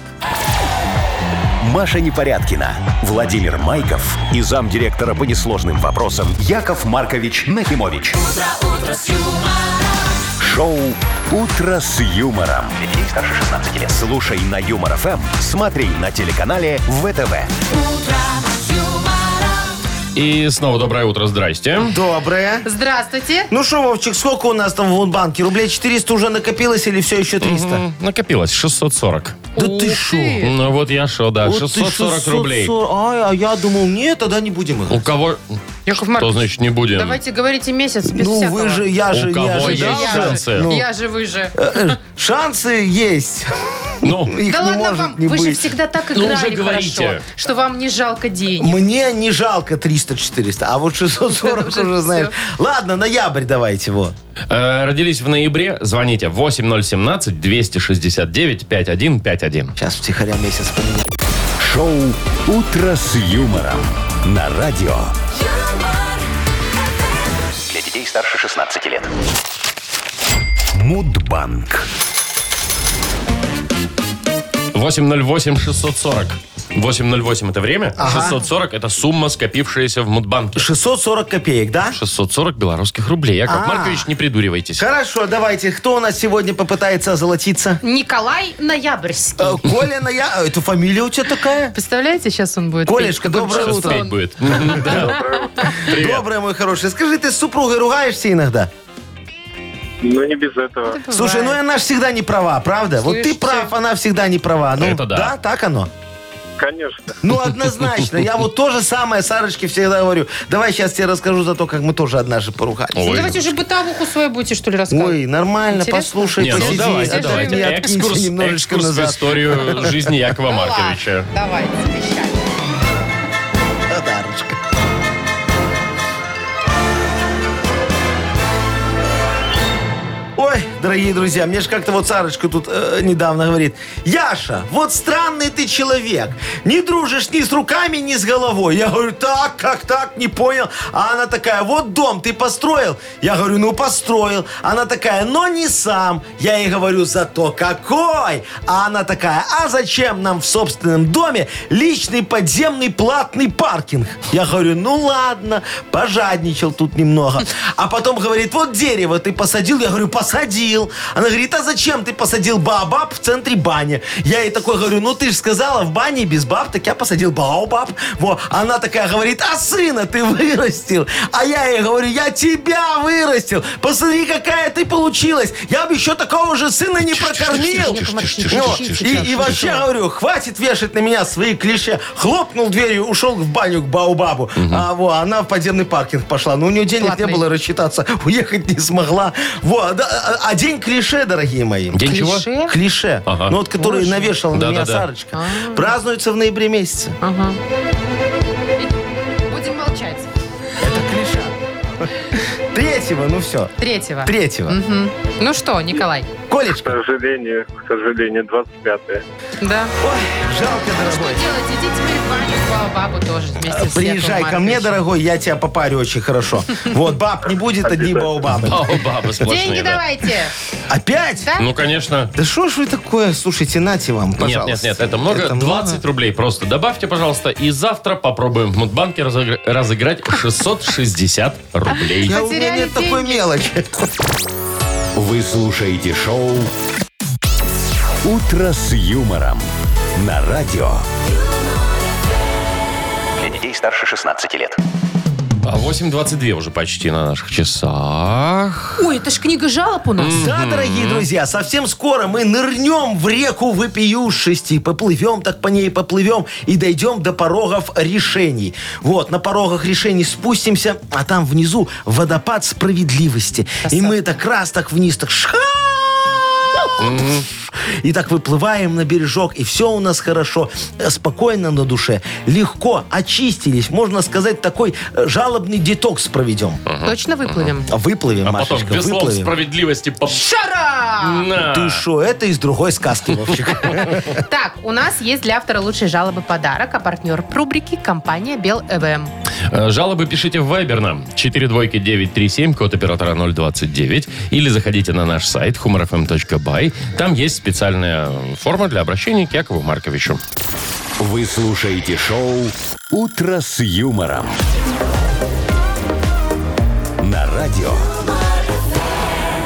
[SPEAKER 1] Маша Непорядкина, Владимир Майков и замдиректора по несложным вопросам Яков Маркович Нахимович. Шоу Утро с юмором.
[SPEAKER 6] Для детей старше 16 лет.
[SPEAKER 1] Слушай на юмор ФМ, смотри на телеканале ВТВ.
[SPEAKER 4] И снова доброе утро, здрасте.
[SPEAKER 3] Доброе.
[SPEAKER 2] Здравствуйте.
[SPEAKER 3] Ну что, Вовчик, сколько у нас там в Лунбанке? Рублей 400 уже накопилось или все еще 300?
[SPEAKER 4] М, Накопилось 640.
[SPEAKER 3] Да
[SPEAKER 2] Ух
[SPEAKER 3] ты шо?
[SPEAKER 2] ты.
[SPEAKER 4] Ну вот я шо, да,
[SPEAKER 3] Вот ты
[SPEAKER 4] 640 рублей.
[SPEAKER 3] 640. Ай, а я думал, нет, тогда не будем их.
[SPEAKER 4] У кого...
[SPEAKER 2] Яков
[SPEAKER 4] Что
[SPEAKER 2] Маркович,
[SPEAKER 4] значит не будем?
[SPEAKER 2] Давайте говорите месяц без
[SPEAKER 3] Ну,
[SPEAKER 2] всякого.
[SPEAKER 3] вы же, я же,
[SPEAKER 4] У
[SPEAKER 3] я
[SPEAKER 4] кого
[SPEAKER 3] же.
[SPEAKER 4] есть
[SPEAKER 3] да.
[SPEAKER 2] я
[SPEAKER 4] шансы?
[SPEAKER 2] Же,
[SPEAKER 3] Ну. э,
[SPEAKER 2] Я же вы же.
[SPEAKER 3] Шансы есть.
[SPEAKER 4] Ну,
[SPEAKER 3] Их
[SPEAKER 2] да
[SPEAKER 3] не
[SPEAKER 2] ладно
[SPEAKER 3] может
[SPEAKER 2] вам,
[SPEAKER 3] не
[SPEAKER 2] вы же
[SPEAKER 3] быть.
[SPEAKER 2] всегда так
[SPEAKER 4] Ну,
[SPEAKER 2] играли
[SPEAKER 4] уже говорите.
[SPEAKER 2] хорошо, что вам не жалко денег.
[SPEAKER 3] Мне не жалко 300-400, а вот 640
[SPEAKER 2] Уже
[SPEAKER 3] уже, знаешь. Ладно, ноябрь давайте, вот.
[SPEAKER 4] э, родились в ноябре, звоните 8017-269-5151.
[SPEAKER 3] Сейчас втихаря месяц поменяем.
[SPEAKER 1] Шоу Утро с юмором на радио.
[SPEAKER 6] Для детей старше 16 лет.
[SPEAKER 1] Мудбанк.
[SPEAKER 4] 808-640. 808 это время,
[SPEAKER 3] Ага.
[SPEAKER 4] 640 это сумма, скопившаяся в Мудбанке.
[SPEAKER 3] 640 копеек, да?
[SPEAKER 4] 640 белорусских рублей. Яков
[SPEAKER 3] А.
[SPEAKER 4] Маркович, не придуривайтесь.
[SPEAKER 3] Хорошо, давайте. Кто у нас сегодня попытается озолотиться?
[SPEAKER 2] Николай Ноябрьский.
[SPEAKER 3] Э, Коля Ноя... Это фамилия у тебя такая?
[SPEAKER 2] Представляете, сейчас он будет...
[SPEAKER 3] Колешка,
[SPEAKER 2] петь.
[SPEAKER 3] доброе
[SPEAKER 4] Сейчас
[SPEAKER 3] утро.
[SPEAKER 4] петь будет.
[SPEAKER 3] ну
[SPEAKER 4] Да. Привет.
[SPEAKER 3] Доброе, мой хороший. Скажи, ты с супругой ругаешься иногда?
[SPEAKER 5] Ну, не без этого.
[SPEAKER 2] Бывает.
[SPEAKER 3] Слушай, ну она ж всегда не права, правда? Вот
[SPEAKER 2] Слышите?
[SPEAKER 3] ты прав, она всегда не права. Ну,
[SPEAKER 4] Это да.
[SPEAKER 3] так оно?
[SPEAKER 5] Конечно.
[SPEAKER 3] Ну, однозначно. Я вот то же самое Сарочке всегда говорю. Давай сейчас тебе расскажу за то, как мы тоже однажды поругались.
[SPEAKER 4] Ой.
[SPEAKER 2] Ну, Давайте уже бытовуху свою будете, что ли, рассказывать.
[SPEAKER 3] Ой, нормально,
[SPEAKER 2] Интересно?
[SPEAKER 3] послушай,
[SPEAKER 4] Не, ну
[SPEAKER 3] посиди. а
[SPEAKER 4] давайте,
[SPEAKER 3] отдохни,
[SPEAKER 4] давайте.
[SPEAKER 3] откинься
[SPEAKER 4] Экскурс,
[SPEAKER 3] немножечко
[SPEAKER 4] экскурс в
[SPEAKER 3] назад.
[SPEAKER 4] историю жизни Якова
[SPEAKER 2] Ну, ладно,
[SPEAKER 4] Марковича.
[SPEAKER 2] Давайте, обещаю.
[SPEAKER 3] Подарочка. Ой, дорогие друзья, мне же как-то вот Сарочка тут э, недавно говорит. Яша, вот странный ты человек. Не дружишь ни с руками, ни с головой. Я говорю, так, как так, не понял. А она такая, вот дом ты построил. Я говорю, ну построил. Она такая, но не сам. Я ей говорю, зато какой. А она такая, а зачем нам в собственном доме личный подземный платный паркинг? Я говорю, ну ладно, пожадничал тут немного. А потом говорит, вот дерево ты посадил. Я говорю, посадил. Она говорит, а зачем ты посадил баобаб в центре бани? Я ей такой говорю, ну ты же сказала, в бане без баб, так я посадил баобаб. Во. Она такая говорит, а сына ты вырастил. А я ей говорю, я тебя вырастил. Посмотри, какая ты получилась. Я бы еще такого же сына не прокормил.
[SPEAKER 2] Яков Маркович,
[SPEAKER 4] Тише,
[SPEAKER 2] не
[SPEAKER 3] Ну,
[SPEAKER 4] тише,
[SPEAKER 2] кричите
[SPEAKER 4] тише,
[SPEAKER 2] сейчас,
[SPEAKER 3] и, и
[SPEAKER 2] вы
[SPEAKER 3] вообще
[SPEAKER 2] что?
[SPEAKER 3] говорю, хватит вешать на меня свои клише. Хлопнул дверью, ушел в баню к Баубабу. А во, она в подземный паркинг пошла. Но у нее денег
[SPEAKER 2] Платный.
[SPEAKER 3] не было рассчитаться, уехать не смогла. Во, да, а, а день клише, дорогие мои.
[SPEAKER 4] День чего?
[SPEAKER 2] Клише?
[SPEAKER 3] Клише.
[SPEAKER 4] Ага.
[SPEAKER 3] Ну вот, который навешал на меня
[SPEAKER 4] Да-да-да.
[SPEAKER 3] Сарочка.
[SPEAKER 2] А.
[SPEAKER 3] Празднуется в ноябре месяце.
[SPEAKER 2] Ага. Будем молчать.
[SPEAKER 3] Это клише. Третьего, ну все.
[SPEAKER 2] Третьего.
[SPEAKER 3] Третьего.
[SPEAKER 2] Мгм. Ну что, Николай?
[SPEAKER 5] К
[SPEAKER 3] Колечко.
[SPEAKER 5] сожалению, к сожалению, 25-е.
[SPEAKER 2] Да.
[SPEAKER 3] Ой, жалко, дорогой.
[SPEAKER 2] Делать, иди теперь в баню к Баобабу тоже вместе с
[SPEAKER 3] Приезжай
[SPEAKER 2] Яковом
[SPEAKER 3] ко мне,
[SPEAKER 2] Марковичем.
[SPEAKER 3] дорогой, я тебя попарю очень хорошо. Вот, баб не будет, одни баобабы.
[SPEAKER 4] О, бабы сплошные,
[SPEAKER 2] Деньги
[SPEAKER 4] да.
[SPEAKER 2] давайте.
[SPEAKER 3] Опять?
[SPEAKER 2] Да?
[SPEAKER 4] Ну, конечно.
[SPEAKER 3] Да что ж вы такое? Слушайте, нате вам,
[SPEAKER 4] Нет,
[SPEAKER 3] пожалуйста.
[SPEAKER 4] нет, нет, это много. 20 рублей просто добавьте, пожалуйста. И завтра попробуем в Мудбанке разыгр- разыграть 660 рублей.
[SPEAKER 3] Я, у меня
[SPEAKER 2] Потеряли
[SPEAKER 3] нет такой
[SPEAKER 2] деньги.
[SPEAKER 3] мелочи.
[SPEAKER 1] Вы слушаете шоу Утро с юмором на радио.
[SPEAKER 6] Для детей старше 16 лет.
[SPEAKER 4] А 8.22 уже почти на наших часах.
[SPEAKER 2] Ой, это ж книга жалоб у нас.
[SPEAKER 3] Да, дорогие друзья, совсем скоро мы нырнем в реку вопиюшести, поплывем так по ней, поплывем и дойдем до порогов решений. Вот, на порогах решений спустимся, а там внизу водопад справедливости. И мы так раз так вниз, так шах! И так выплываем на бережок, и все у нас хорошо, э, спокойно на душе, легко, очистились. Можно сказать, такой э, жалобный детокс проведем.
[SPEAKER 2] Точно выплывем?
[SPEAKER 3] Выплывем,
[SPEAKER 4] А потом
[SPEAKER 3] Машечка,
[SPEAKER 4] без слов
[SPEAKER 3] выплывем.
[SPEAKER 4] справедливости по...
[SPEAKER 2] Шара!
[SPEAKER 4] На.
[SPEAKER 3] Ты шо, это из другой сказки, Вовчик.
[SPEAKER 2] Так, у нас есть для автора лучшей жалобы подарок, а партнер рубрики – компания Бел Эм». ЭВМ.
[SPEAKER 4] Э, Жалобы пишите в Viber нам 42937, код оператора 029, или заходите на наш сайт humorfm.by. Там есть специальная форма для обращения к Якову Марковичу.
[SPEAKER 1] Вы слушаете шоу «Утро с юмором». На радио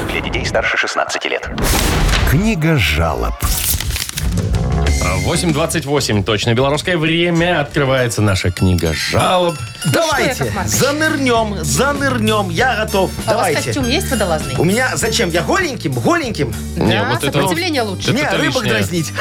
[SPEAKER 6] Для детей старше 16 лет.
[SPEAKER 1] «Книга жалоб».
[SPEAKER 4] 8.28, точно белорусское время, открывается наша книга жалоб.
[SPEAKER 2] что,
[SPEAKER 3] Давайте,
[SPEAKER 2] Яков Маркович?
[SPEAKER 3] занырнем, занырнем, я готов.
[SPEAKER 2] А у вас
[SPEAKER 3] Давайте.
[SPEAKER 2] костюм есть водолазный?
[SPEAKER 3] У меня зачем? Я голеньким, голеньким.
[SPEAKER 2] Да,
[SPEAKER 4] Не, вот это-
[SPEAKER 2] сопротивление лучше.
[SPEAKER 3] Мне
[SPEAKER 4] это
[SPEAKER 3] рыбок
[SPEAKER 4] лишнее.
[SPEAKER 3] дразнить.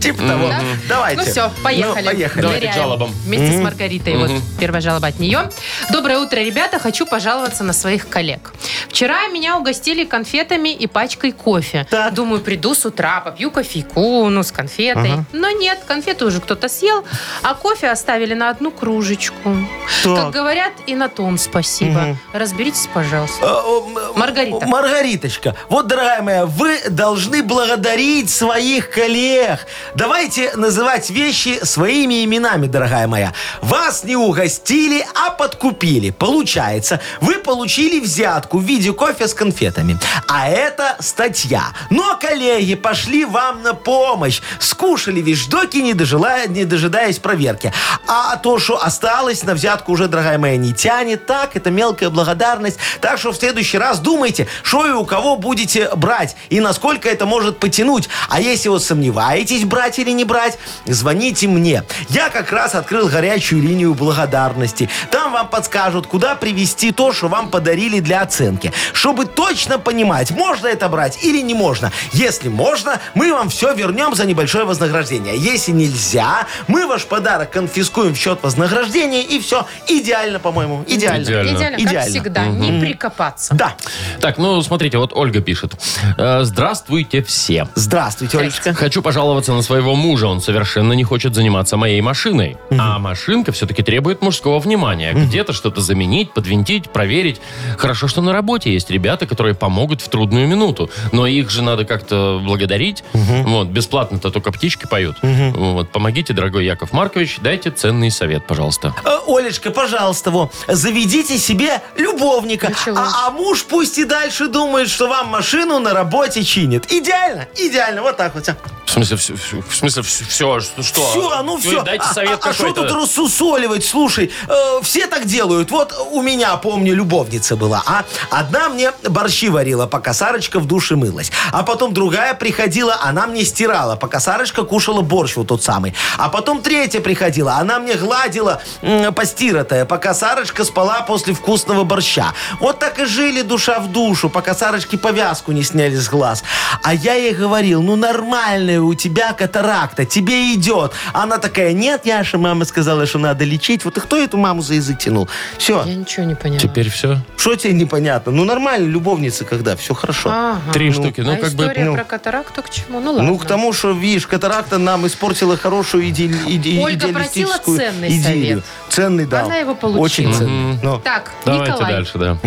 [SPEAKER 3] Типа того.
[SPEAKER 2] Да?
[SPEAKER 3] Давайте.
[SPEAKER 2] Ну все, поехали.
[SPEAKER 3] Ну, поехали.
[SPEAKER 4] Давайте
[SPEAKER 2] Ныряем
[SPEAKER 4] к жалобам.
[SPEAKER 2] Вместе с Маргаритой. Вот первая жалоба от нее. Доброе утро, ребята. Хочу пожаловаться на своих коллег. Вчера меня угостили конфетами и пачкой кофе.
[SPEAKER 3] Так.
[SPEAKER 2] Думаю, приду с утра, попью кофейку, ну, с конфетой. Но нет, конфету уже кто-то съел, а кофе оставили на одну кружечку. Как говорят, и на том спасибо. Разберитесь, пожалуйста.
[SPEAKER 3] Э, э,
[SPEAKER 2] Маргарита.
[SPEAKER 3] Маргариточка, вот, дорогая моя, вы должны благодарить своих коллег. Давайте называть вещи своими именами, дорогая моя. Вас не угостили, а подкупили. Получается, вы получили взятку в виде кофе с конфетами. А это статья. Но коллеги пошли вам на помощь. Скушали вещдоки, не, дожила- не дожидаясь проверки. А то, что осталось, на взятку уже, дорогая моя, не тянет. Так, это мелкая благодарность. Так что в следующий раз думайте, что и у кого будете брать и насколько это может потянуть. А если вот сомневаетесь, брать или не брать, звоните мне. Я как раз открыл горячую линию благодарности. Там вам подскажут, куда привести то, что вам подарили для оценки. Чтобы точно понимать, можно это брать или не можно. Если можно, мы вам все вернем за небольшое вознаграждение. Если нельзя, мы ваш подарок конфискуем в счет вознаграждения и все. Идеально, по-моему. Идеально.
[SPEAKER 4] Идеально.
[SPEAKER 2] Идеально, как
[SPEAKER 3] Идеально.
[SPEAKER 2] всегда. Не прикопаться.
[SPEAKER 3] Да.
[SPEAKER 4] Так, ну смотрите, вот Ольга пишет. Э, Здравствуйте все.
[SPEAKER 3] Здравствуйте, Олечка.
[SPEAKER 4] Хочу пожаловаться на своего мужа. Он совершенно не хочет заниматься моей машиной. А машинка все-таки требует мужского внимания. Где-то что-то заменить, подвинтить, проверить. Хорошо, что на работе есть ребята, которые помогут в трудную минуту. Но их же надо как-то благодарить. Вот, бесплатно-то только птички поют. Вот, помогите, дорогой Яков Маркович, дайте ценный совет, пожалуйста.
[SPEAKER 3] Э, Олечка, пожалуйста, во, заведите себе любовника.
[SPEAKER 2] Началось.
[SPEAKER 3] А, а муж пусть и дальше думает, что вам машину на работе чинит. Идеально, идеально, вот так вот.
[SPEAKER 4] В смысле, все, в смысле, все, что? а
[SPEAKER 3] Все, ну все.
[SPEAKER 4] Дайте совет
[SPEAKER 3] а, что
[SPEAKER 4] какой-то.
[SPEAKER 3] тут рассусоливать? Слушай, э, все так делают. Вот у меня, помню, любовница была, а одна мне борщи варила, пока Сарочка в душе мылась. А потом другая приходила, она мне стирала, пока Сарочка кушала борщ вот тот самый. А потом третья приходила, она мне гладила м, постиратое, пока Сарочка спала после вкусного борща. Вот так и жили душа в душу, пока Сарочке повязку не сняли с глаз. А я ей говорил, ну нормальная у тебя катаракта, тебе идет. Она такая, нет, Яша, мама сказала, что надо лечить. Вот и кто эту маму за язык тянул? Все,
[SPEAKER 2] Я ничего не поняла.
[SPEAKER 4] Теперь все.
[SPEAKER 3] что тебе непонятно? Ну нормально, любовница, когда все хорошо.
[SPEAKER 2] Ага.
[SPEAKER 4] Три штуки. Ну,
[SPEAKER 2] а
[SPEAKER 4] как бы...
[SPEAKER 2] история
[SPEAKER 3] ну.
[SPEAKER 2] про катаракту к чему? Ну, ладно.
[SPEAKER 3] Ну, к тому, что, видишь, катаракта нам испортила хорошую иде- иде-
[SPEAKER 2] Ольга просила
[SPEAKER 3] идеалистическую
[SPEAKER 2] ценный
[SPEAKER 3] идею.
[SPEAKER 2] совет.
[SPEAKER 3] Ценный дал.
[SPEAKER 2] Она его получила.
[SPEAKER 3] Очень ценный. Ну,
[SPEAKER 4] Мгм.
[SPEAKER 3] Но-
[SPEAKER 2] Так,
[SPEAKER 4] ну. Давайте
[SPEAKER 2] Николай.
[SPEAKER 4] дальше, да.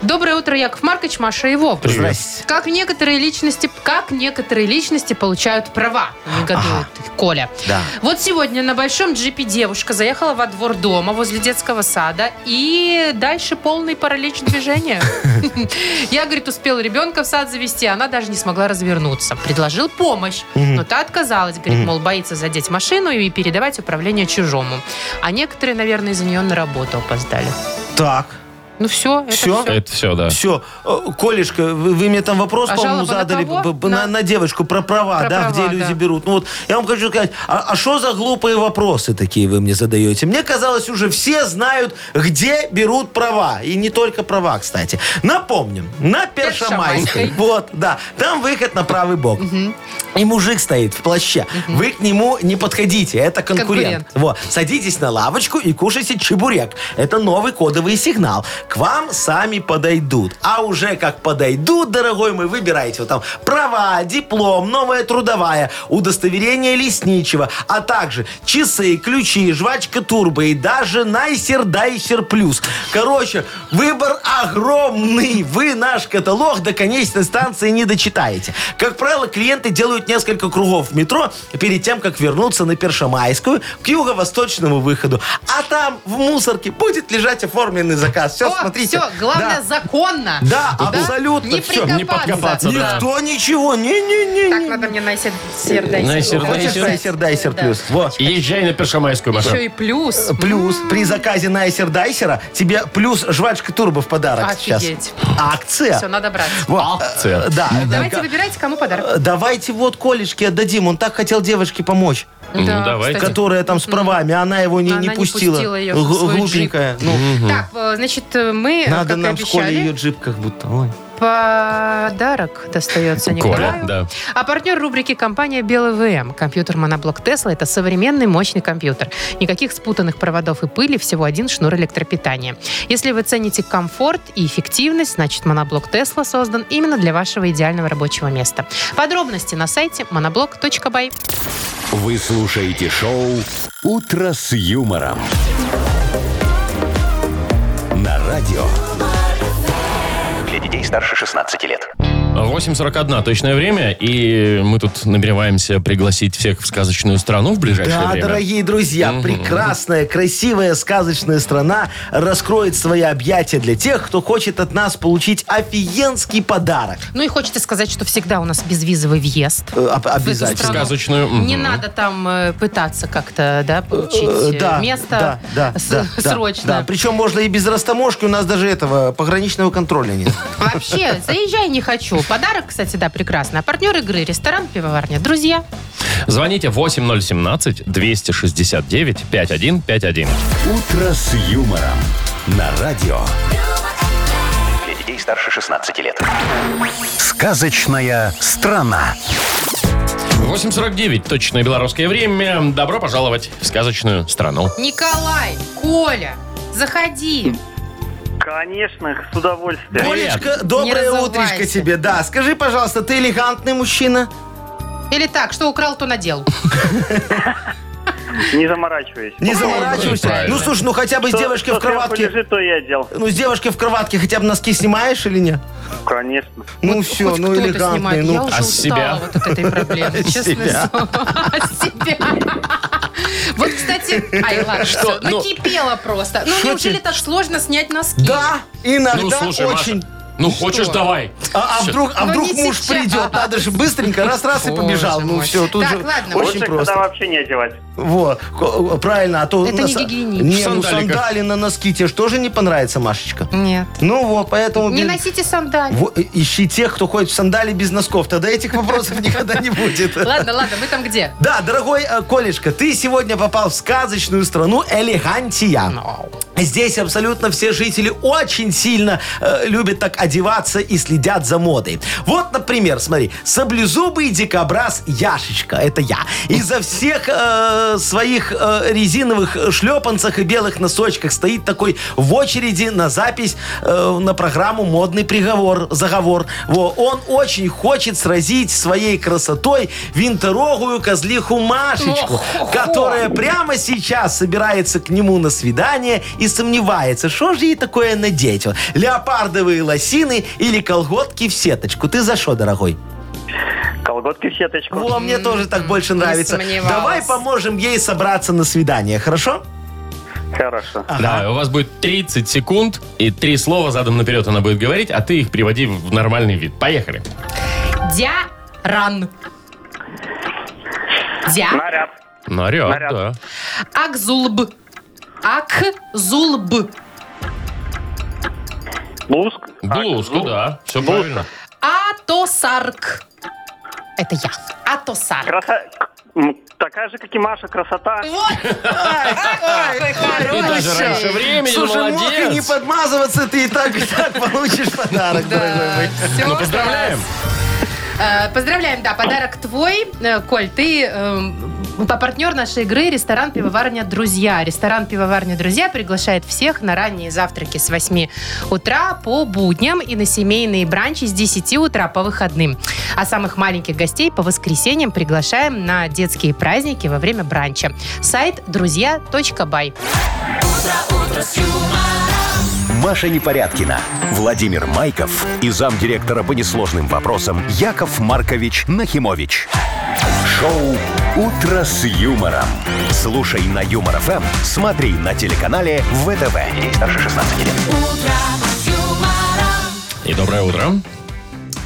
[SPEAKER 2] Доброе утро, Яков Маркович, Маша и Вов.
[SPEAKER 3] Здрасте.
[SPEAKER 2] Как некоторые личности, как некоторые личности получают права, негодует Коля.
[SPEAKER 3] Да.
[SPEAKER 2] Вот сегодня на большом джипе девушка заехала во двор дома возле детского сада и дальше полный паралич движения. Я, говорит, успел ребенка в сад завести, а она даже не смогла развернуться. Предложил помощь, но та отказалась, говорит, мол, боится задеть машину и передавать управление чужому. А некоторые, наверное, из-за нее на работу опоздали.
[SPEAKER 3] Так.
[SPEAKER 2] Ну все, это
[SPEAKER 3] Всё?
[SPEAKER 2] все.
[SPEAKER 4] Это все, да.
[SPEAKER 3] Все, Э, Колешка, вы, вы мне там вопрос,
[SPEAKER 2] А
[SPEAKER 3] по-моему,
[SPEAKER 2] жалоба на
[SPEAKER 3] задали
[SPEAKER 2] кого?
[SPEAKER 3] б- б- на,
[SPEAKER 2] На-
[SPEAKER 3] на девочку про права,
[SPEAKER 2] Про
[SPEAKER 3] да,
[SPEAKER 2] права,
[SPEAKER 3] где люди
[SPEAKER 2] да.
[SPEAKER 3] берут. Ну вот, я вам хочу сказать, а что за глупые вопросы такие вы мне задаете? Мне казалось, уже все знают, где берут права. И не только права, кстати. Напомним, на Першамайской,
[SPEAKER 2] Першамайской.
[SPEAKER 3] вот, да, там выход на правый бок. И мужик стоит в плаще. Вы к нему не подходите, это конкурент.
[SPEAKER 2] Конкурент.
[SPEAKER 3] Вот. Садитесь на лавочку и кушайте чебурек. Это новый кодовый сигнал. К вам сами подойдут. А уже как подойдут, дорогой мой, выбирайте. Вот там права, диплом, новая трудовая, удостоверение лесничего, а также часы, ключи, жвачка турбо и даже найсер дайсер плюс. Короче, выбор огромный. Вы наш каталог до конечной станции не дочитаете. Как правило, клиенты делают несколько кругов в метро перед тем, как вернуться на Першамайскую к юго-восточному выходу. А там в мусорке будет лежать оформленный заказ. Все,
[SPEAKER 2] О,
[SPEAKER 3] смотрите.
[SPEAKER 2] всё, главное, законно.
[SPEAKER 3] Да, абсолютно,
[SPEAKER 2] Не
[SPEAKER 3] всё,
[SPEAKER 4] не
[SPEAKER 2] прикопаться.
[SPEAKER 4] подкопаться.
[SPEAKER 3] Да.
[SPEAKER 4] Да.
[SPEAKER 3] Никто ничего, не-не-не.
[SPEAKER 2] Так, надо мне на сер- сердайсер.
[SPEAKER 4] Найсер,
[SPEAKER 3] Хочешь
[SPEAKER 4] Дайсер?
[SPEAKER 3] дайсер, дайсер
[SPEAKER 2] Да.
[SPEAKER 3] плюс? Вот.
[SPEAKER 4] Езжай на Першамайскую
[SPEAKER 2] Еще
[SPEAKER 4] машину.
[SPEAKER 2] и плюс.
[SPEAKER 3] Э, Плюс
[SPEAKER 2] М-м.
[SPEAKER 3] при заказе Найсер Дайсера тебе плюс жвачка турбо в подарок сейчас. А
[SPEAKER 2] Офигеть.
[SPEAKER 3] Акция.
[SPEAKER 2] Все, надо брать.
[SPEAKER 3] Вот.
[SPEAKER 4] Акция.
[SPEAKER 3] Э, Да.
[SPEAKER 2] Давайте
[SPEAKER 3] да.
[SPEAKER 2] выбирайте, кому подарок.
[SPEAKER 3] Э, Давайте вот Колечке отдадим. Он так хотел девочке помочь,
[SPEAKER 4] Ну, давайте.
[SPEAKER 2] кстати.
[SPEAKER 3] которая там с правами, а она его не,
[SPEAKER 2] Она
[SPEAKER 3] не
[SPEAKER 2] не
[SPEAKER 3] пустила.
[SPEAKER 2] пустила ее в
[SPEAKER 3] Г-
[SPEAKER 2] свой
[SPEAKER 3] глупенькая. Ну,
[SPEAKER 2] Так, э, значит, э, мы, э,
[SPEAKER 3] надо
[SPEAKER 2] как и
[SPEAKER 3] нам в школе
[SPEAKER 2] обещали,
[SPEAKER 3] ее джип как будто. Ой.
[SPEAKER 2] подарок достается
[SPEAKER 4] Коля,
[SPEAKER 2] Николаю.
[SPEAKER 4] да.
[SPEAKER 2] А партнер рубрики компания Белый ВМ. Компьютер моноблок Тесла это современный мощный компьютер. Никаких спутанных проводов и пыли, всего один шнур электропитания. Если вы цените комфорт и эффективность, значит моноблок Тесла создан именно для вашего идеального рабочего места. Подробности на сайте monoblock.by.
[SPEAKER 1] Вы слушаете шоу «Утро с юмором». На радио.
[SPEAKER 6] Для детей старше 16 лет.
[SPEAKER 4] 8.41 точное время, и мы тут намереваемся пригласить всех в сказочную страну в ближайшее
[SPEAKER 3] Да,
[SPEAKER 4] время.
[SPEAKER 3] дорогие друзья, прекрасная, красивая, сказочная страна раскроет свои объятия для тех, кто хочет от нас получить офигенский подарок.
[SPEAKER 2] Ну и хочется сказать, что всегда у нас безвизовый въезд.
[SPEAKER 3] Э, об-
[SPEAKER 2] В эту
[SPEAKER 3] Обязательно.
[SPEAKER 2] страну.
[SPEAKER 4] Сказочную, мгм.
[SPEAKER 2] Не надо там э, пытаться как-то, да, получить
[SPEAKER 3] Э,
[SPEAKER 2] э,
[SPEAKER 3] да,
[SPEAKER 2] место
[SPEAKER 3] да,
[SPEAKER 2] с-
[SPEAKER 3] да, да,
[SPEAKER 2] срочно.
[SPEAKER 3] Да, причем можно и без растаможки, у нас даже этого пограничного контроля нет.
[SPEAKER 2] Вообще, заезжай не хочу. Подарок, кстати, да, прекрасно. А партнер игры ресторан пивоварня «Друзья».
[SPEAKER 4] Звоните 8017-269-5151.
[SPEAKER 1] «Утро с юмором». На радио.
[SPEAKER 6] Для детей старше 16 лет.
[SPEAKER 1] Сказочная страна.
[SPEAKER 4] 8.49 точное белорусское время. Добро пожаловать в сказочную страну.
[SPEAKER 2] Николай, Коля, заходи.
[SPEAKER 3] Хм.
[SPEAKER 8] Конечно, с удовольствием.
[SPEAKER 3] Колечка,
[SPEAKER 2] Не
[SPEAKER 3] доброе
[SPEAKER 2] разувайся.
[SPEAKER 3] утречко тебе. Да, скажи, пожалуйста, ты элегантный мужчина?
[SPEAKER 2] Или так, что украл, то надел.
[SPEAKER 8] Не заморачиваюсь.
[SPEAKER 3] Не
[SPEAKER 2] Правильно,
[SPEAKER 3] заморачиваешься?
[SPEAKER 4] правильно.
[SPEAKER 3] Ну, слушай, ну хотя бы с
[SPEAKER 8] Что-
[SPEAKER 3] девушкой
[SPEAKER 8] что
[SPEAKER 3] в кроватке...
[SPEAKER 8] лежит, то и одел.
[SPEAKER 3] Ну, с девушкой в кроватке хотя бы носки снимаешь или нет?
[SPEAKER 8] Конечно.
[SPEAKER 3] Ну
[SPEAKER 2] Вот
[SPEAKER 3] все,
[SPEAKER 2] хоть
[SPEAKER 3] ну
[SPEAKER 2] кто-то
[SPEAKER 3] элегантный,
[SPEAKER 2] снимает. Я
[SPEAKER 3] ну.
[SPEAKER 2] уже
[SPEAKER 4] А с себя?
[SPEAKER 2] устала вот от этой проблемы.
[SPEAKER 3] С себя.
[SPEAKER 2] Честное слово. С себя. Вот, кстати, ай, ладно,
[SPEAKER 4] Что?
[SPEAKER 2] всё,
[SPEAKER 4] Ну,
[SPEAKER 2] накипело просто. Ну,
[SPEAKER 3] что
[SPEAKER 2] неужели
[SPEAKER 3] ты?
[SPEAKER 2] так сложно снять носки?
[SPEAKER 3] Да, иногда
[SPEAKER 4] Маша,
[SPEAKER 3] очень.
[SPEAKER 4] ну хочешь, давай.
[SPEAKER 3] А, а
[SPEAKER 4] Всё.
[SPEAKER 3] вдруг, а
[SPEAKER 2] Ну,
[SPEAKER 3] вдруг
[SPEAKER 2] не
[SPEAKER 3] муж
[SPEAKER 2] сейчас.
[SPEAKER 3] придет, надо же быстренько, раз-раз и
[SPEAKER 2] Боже
[SPEAKER 3] побежал. Ну
[SPEAKER 2] мой.
[SPEAKER 3] все, тут
[SPEAKER 2] Так,
[SPEAKER 3] же
[SPEAKER 2] ладно.
[SPEAKER 3] очень
[SPEAKER 8] Лучше тогда
[SPEAKER 3] просто.
[SPEAKER 8] вообще не одевать.
[SPEAKER 3] Вот, Ко- правильно, а то...
[SPEAKER 2] Это
[SPEAKER 3] на
[SPEAKER 2] не
[SPEAKER 3] са-
[SPEAKER 2] гигиенично.
[SPEAKER 3] Не,
[SPEAKER 4] В
[SPEAKER 3] ну
[SPEAKER 4] сандаликах.
[SPEAKER 3] сандали на носки тебе же тоже не понравится, Машечка.
[SPEAKER 2] Нет.
[SPEAKER 3] Ну вот, поэтому...
[SPEAKER 2] Не
[SPEAKER 3] бе-
[SPEAKER 2] носите сандали.
[SPEAKER 3] Во- э, ищи тех, кто ходит в сандали без носков, тогда этих вопросов никогда не будет.
[SPEAKER 2] Ладно, ладно, мы там где?
[SPEAKER 3] Да, дорогой э, Колешка, ты сегодня попал в сказочную страну Элегантия. Здесь абсолютно все жители очень сильно э, любят так одеваться и следят за модой. Вот, например, смотри, саблезубый дикобраз Яшечка, это я, из-за всех э, своих э, резиновых шлепанцах и белых носочках стоит такой в очереди на запись э, на программу «Модный приговор», заговор. Во, он очень хочет сразить своей красотой винторогую козлиху Машечку, которая прямо сейчас собирается к нему на свидание и сомневается, что же ей такое надеть. Вот, Леопардовые лосины или колготки в сеточку. Ты за что, дорогой?
[SPEAKER 8] Колготки в сеточку.
[SPEAKER 3] Во, мне тоже так больше нравится.
[SPEAKER 2] сомневалась.
[SPEAKER 3] Давай поможем ей собраться на свидание, хорошо?
[SPEAKER 8] Хорошо.
[SPEAKER 4] Да, у вас будет 30 секунд, и три слова задом наперед она будет говорить, а ты их приводи в нормальный вид. Поехали.
[SPEAKER 2] Дя-ран. Дя.
[SPEAKER 8] Наряд.
[SPEAKER 4] Наряд,
[SPEAKER 8] Наряд.
[SPEAKER 4] да.
[SPEAKER 2] Акзулб. Акзулб.
[SPEAKER 8] Блузк? А,
[SPEAKER 4] Блузку,
[SPEAKER 8] ну,
[SPEAKER 4] да. Все
[SPEAKER 8] блузка.
[SPEAKER 4] правильно.
[SPEAKER 2] Атосарк. Это я. Атосарк.
[SPEAKER 8] Краса... м, Такая же, как и Маша, красота.
[SPEAKER 3] Ай,
[SPEAKER 4] И даже
[SPEAKER 2] Хороший.
[SPEAKER 4] раньше времени, ну,
[SPEAKER 3] Слушай, мог и не
[SPEAKER 4] молодец.
[SPEAKER 3] подмазываться, ты и так, и так получишь подарок, дорогой мой.
[SPEAKER 2] всё,
[SPEAKER 4] Ну, поздравляем.
[SPEAKER 2] класс. Э, Поздравляем, да, подарок твой. Э, Коль, ты эм, по- партнер нашей игры ресторан «Пивоварня Друзья». Ресторан «Пивоварня Друзья» приглашает всех на ранние завтраки с 8 утра по будням и на семейные бранчи с 10 утра по выходным. А самых маленьких гостей по воскресеньям приглашаем на детские праздники во время бранча. Сайт друзья.бай.
[SPEAKER 1] Маша Непорядкина, Владимир Майков и замдиректора по несложным вопросам Яков Маркович Нахимович. Шоу «Утро с юмором». Слушай на Юмор ФМ, смотри на телеканале ВТВ. Ей старше 16 лет.
[SPEAKER 4] И доброе утро.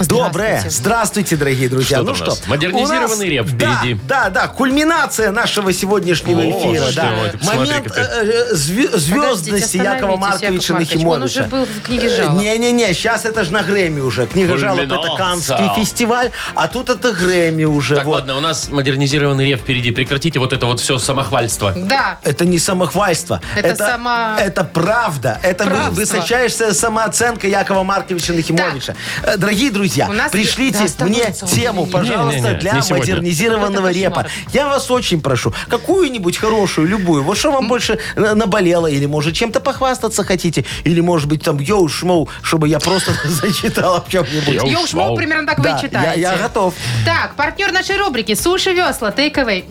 [SPEAKER 3] Доброе. Здравствуйте, дорогие
[SPEAKER 4] Что
[SPEAKER 3] друзья.
[SPEAKER 4] там
[SPEAKER 3] ну
[SPEAKER 4] у
[SPEAKER 3] что,
[SPEAKER 4] нас? Модернизированный
[SPEAKER 3] у
[SPEAKER 4] реп впереди.
[SPEAKER 3] Да, да, да, кульминация нашего сегодняшнего
[SPEAKER 4] О,
[SPEAKER 3] эфира.
[SPEAKER 4] что
[SPEAKER 3] да.
[SPEAKER 4] это, посмотри-ка
[SPEAKER 3] Момент
[SPEAKER 4] ты.
[SPEAKER 3] э, э, звё- звездности Якова Марковича
[SPEAKER 2] Он уже
[SPEAKER 3] Нахимовича. Э,
[SPEAKER 2] был в книге жалоб.
[SPEAKER 3] Не-не-не, сейчас это же на Грэмми уже. Книга жалоб это
[SPEAKER 4] Кульминация.
[SPEAKER 3] Каннский фестиваль, а тут это Грэмми уже.
[SPEAKER 4] Так,
[SPEAKER 3] вот.
[SPEAKER 4] ладно, у нас модернизированный рев впереди. Прекратите вот это вот все самохвальство.
[SPEAKER 2] Да.
[SPEAKER 3] Это не самохвальство.
[SPEAKER 2] Это сама-
[SPEAKER 3] Это правда. Это вы-
[SPEAKER 2] Правство.
[SPEAKER 3] высочайшая самооценка Якова Марковича Нахимовича. Э, Дорогие друзья,
[SPEAKER 2] У нас
[SPEAKER 3] пришлите
[SPEAKER 2] есть- да,
[SPEAKER 3] мне
[SPEAKER 2] остановится он
[SPEAKER 3] тему,
[SPEAKER 2] или нет?
[SPEAKER 3] пожалуйста,
[SPEAKER 4] Не-не-не,
[SPEAKER 3] для
[SPEAKER 4] не сегодня.
[SPEAKER 3] модернизированного
[SPEAKER 2] Вот это
[SPEAKER 3] репа.
[SPEAKER 2] кошмар.
[SPEAKER 3] Я вас очень прошу, какую-нибудь хорошую, любую. Вот что вам больше э, наболело? Или, может, чем-то похвастаться хотите? Или, может быть, там, йоу, шмоу, чтобы я просто зачитал о чем-нибудь.
[SPEAKER 4] Йоу,
[SPEAKER 2] Йоу, шмоу,
[SPEAKER 4] шмоу.
[SPEAKER 2] примерно так
[SPEAKER 3] Да,
[SPEAKER 2] вы
[SPEAKER 3] я,
[SPEAKER 2] читаете.
[SPEAKER 3] я готов.
[SPEAKER 2] Так, партнер нашей рубрики «Суши весла» тейковый.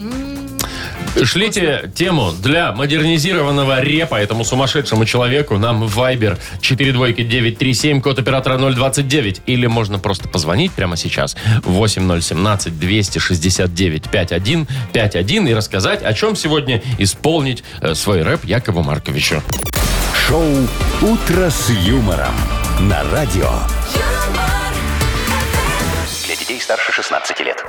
[SPEAKER 4] Шлите тему для модернизированного репа этому сумасшедшему человеку нам в Viber 42937, код оператора 029. Или можно просто позвонить прямо сейчас 8017-269-5151 и рассказать, о чем сегодня исполнить э, свой рэп Якову Марковичу.
[SPEAKER 1] Шоу «Утро с юмором» на радио.
[SPEAKER 6] Для детей старше 16 лет.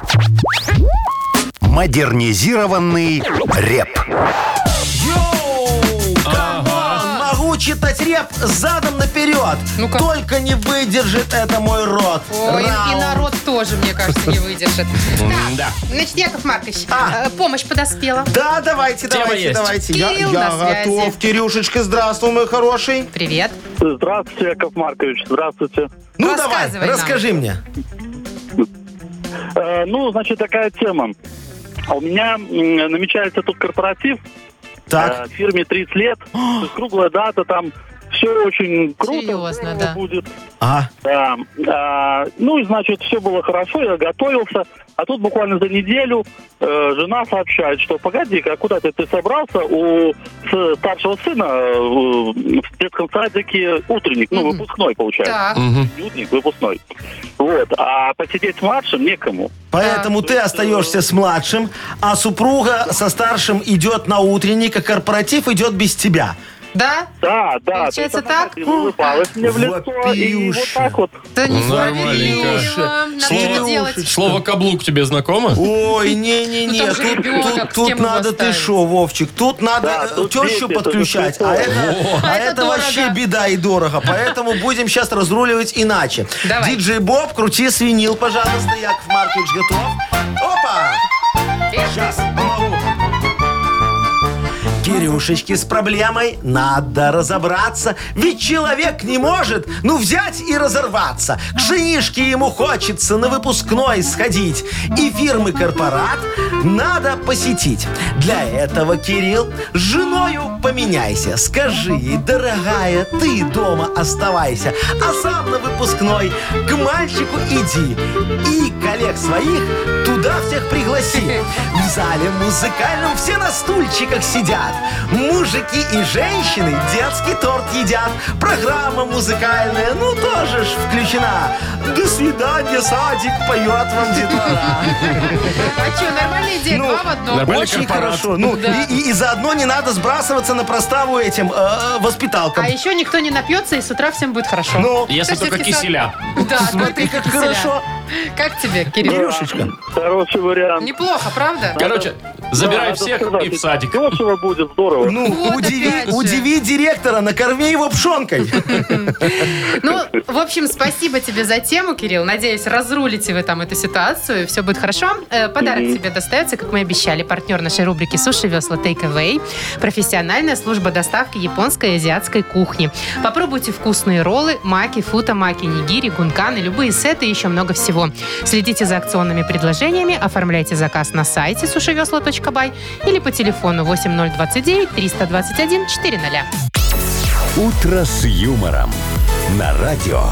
[SPEAKER 1] Модернизированный реп.
[SPEAKER 3] Йоу! Камон! Могу читать реп задом наперед.
[SPEAKER 2] Ну-ка.
[SPEAKER 3] Только не выдержит это мой рот.
[SPEAKER 2] Ой, и
[SPEAKER 3] Раунд.
[SPEAKER 2] народ тоже, мне кажется, не выдержит.
[SPEAKER 4] Да.
[SPEAKER 2] Так, значит, Яков Маркович,
[SPEAKER 3] А.
[SPEAKER 2] э, помощь подоспела.
[SPEAKER 3] Да, давайте,
[SPEAKER 4] Тема
[SPEAKER 3] давайте,
[SPEAKER 4] есть.
[SPEAKER 3] давайте.
[SPEAKER 2] Кирилл
[SPEAKER 3] я
[SPEAKER 2] на связи.
[SPEAKER 3] готов. Кирюшечка, здравствуй, мой хороший.
[SPEAKER 2] Привет.
[SPEAKER 8] Здравствуйте, Яков Маркович. Здравствуйте.
[SPEAKER 3] Ну давай,
[SPEAKER 2] Рассказывай нам.
[SPEAKER 3] расскажи мне.
[SPEAKER 8] Э, Ну, значит, такая тема. А У меня м, намечается тут корпоратив
[SPEAKER 3] Так,
[SPEAKER 8] э, фирме 30 лет. То есть круглая дата, там все очень круто.
[SPEAKER 2] Серьезно,
[SPEAKER 8] здорово
[SPEAKER 2] да.
[SPEAKER 8] Будет.
[SPEAKER 3] а,
[SPEAKER 8] Да. А, ну и значит, все было хорошо, я готовился. А тут буквально за неделю э, жена сообщает, что погоди-ка, а куда ты, ты собрался? У с- старшего сына э, в в детском садике утренник, ну,
[SPEAKER 2] Мгм.
[SPEAKER 8] выпускной получается.
[SPEAKER 2] Так,
[SPEAKER 4] Мгм.
[SPEAKER 8] Не утренник, выпускной. Вот. А посидеть с младшим некому.
[SPEAKER 3] поэтому ты остаешься с младшим, а супруга со старшим идет на утренник, а корпоратив идет без тебя.
[SPEAKER 2] да?
[SPEAKER 8] Да, да.
[SPEAKER 2] Получается
[SPEAKER 8] То есть она
[SPEAKER 2] так?
[SPEAKER 8] ходила, улыбалась мне в лицо. И вот
[SPEAKER 3] Вопиюще.
[SPEAKER 8] так вот.
[SPEAKER 2] Да
[SPEAKER 4] Нормальненько.
[SPEAKER 2] несправедливо. Надо это
[SPEAKER 3] Слушай,
[SPEAKER 2] делать.
[SPEAKER 4] Слово «каблук» тебе знакомо?
[SPEAKER 3] Ой, не-не-не,
[SPEAKER 2] Ну, там же
[SPEAKER 3] тут,
[SPEAKER 2] ребенок,
[SPEAKER 3] тут-
[SPEAKER 2] с
[SPEAKER 3] тут
[SPEAKER 2] кем его
[SPEAKER 3] надо, ты
[SPEAKER 2] оставить?
[SPEAKER 3] шо, Вовчик, тут надо
[SPEAKER 8] Да,
[SPEAKER 3] э,
[SPEAKER 8] тут
[SPEAKER 3] тещу
[SPEAKER 8] дети, это
[SPEAKER 3] подключать, а
[SPEAKER 8] запрещено.
[SPEAKER 3] это, а
[SPEAKER 2] А это
[SPEAKER 3] это
[SPEAKER 2] дорого.
[SPEAKER 3] вообще беда и дорого, поэтому будем сейчас разруливать иначе.
[SPEAKER 2] Давай.
[SPEAKER 3] Диджей Боб, крути свинил, пожалуйста, Яков Маркович готов. Опа! Сейчас, помогу. Кирюшечке с проблемой надо разобраться, ведь человек не может, ну, взять и разорваться. К женишке ему хочется на выпускной сходить, и фирмы корпорат надо посетить. Для этого, Кирилл, с женою поменяйся. Скажи ей, дорогая, ты дома оставайся, а сам на выпускной к мальчику иди. И коллег своих туда всех пригласи. В зале музыкальном все на стульчиках сидят. Мужики и женщины детский торт едят. Программа музыкальная, ну тоже ж включена. До свидания, садик поет вам детвора.
[SPEAKER 2] А что, нормальная идея?
[SPEAKER 3] Ну,
[SPEAKER 2] Два в одном.
[SPEAKER 4] нормально. Нормальный
[SPEAKER 3] Очень
[SPEAKER 4] корпорат.
[SPEAKER 3] хорошо. Ну,
[SPEAKER 2] Да.
[SPEAKER 3] и, и- и заодно не надо сбрасываться на проставу этим э, воспиталкам.
[SPEAKER 2] А еще никто не напьется, и с утра всем будет хорошо.
[SPEAKER 3] Ну,
[SPEAKER 4] Если
[SPEAKER 2] Слушайте,
[SPEAKER 4] только
[SPEAKER 2] Кисан-
[SPEAKER 4] киселя.
[SPEAKER 2] Да,
[SPEAKER 3] смотри,
[SPEAKER 2] только
[SPEAKER 3] как
[SPEAKER 2] киселя.
[SPEAKER 3] хорошо.
[SPEAKER 2] Как тебе, Кирилл?
[SPEAKER 3] Кирюшечка.
[SPEAKER 8] Хороший вариант.
[SPEAKER 2] Неплохо, правда?
[SPEAKER 4] Короче,
[SPEAKER 8] Да,
[SPEAKER 4] забирай
[SPEAKER 8] надо
[SPEAKER 4] всех
[SPEAKER 8] сказать,
[SPEAKER 4] и в садик.
[SPEAKER 8] Дешево будет, здорово.
[SPEAKER 3] Ну,
[SPEAKER 2] Вот
[SPEAKER 3] удиви,
[SPEAKER 2] опять же.
[SPEAKER 3] удиви директора, накорми его пшенкой.
[SPEAKER 2] Ну, в общем, спасибо тебе за тему, Кирилл. Надеюсь, разрулите вы там эту ситуацию, и все будет хорошо. Э, Подарок тебе достается, как мы и обещали, партнер нашей рубрики «Суши весла Take Away» – профессиональная служба доставки японской и азиатской кухни. Попробуйте вкусные роллы, маки, фута, маки, нигири, гунканы, любые сеты и еще много всего. Следите за акционными предложениями, оформляйте заказ на сайте сушевесла.бай или по телефону 8029 321 400.
[SPEAKER 1] «Утро с юмором» на радио.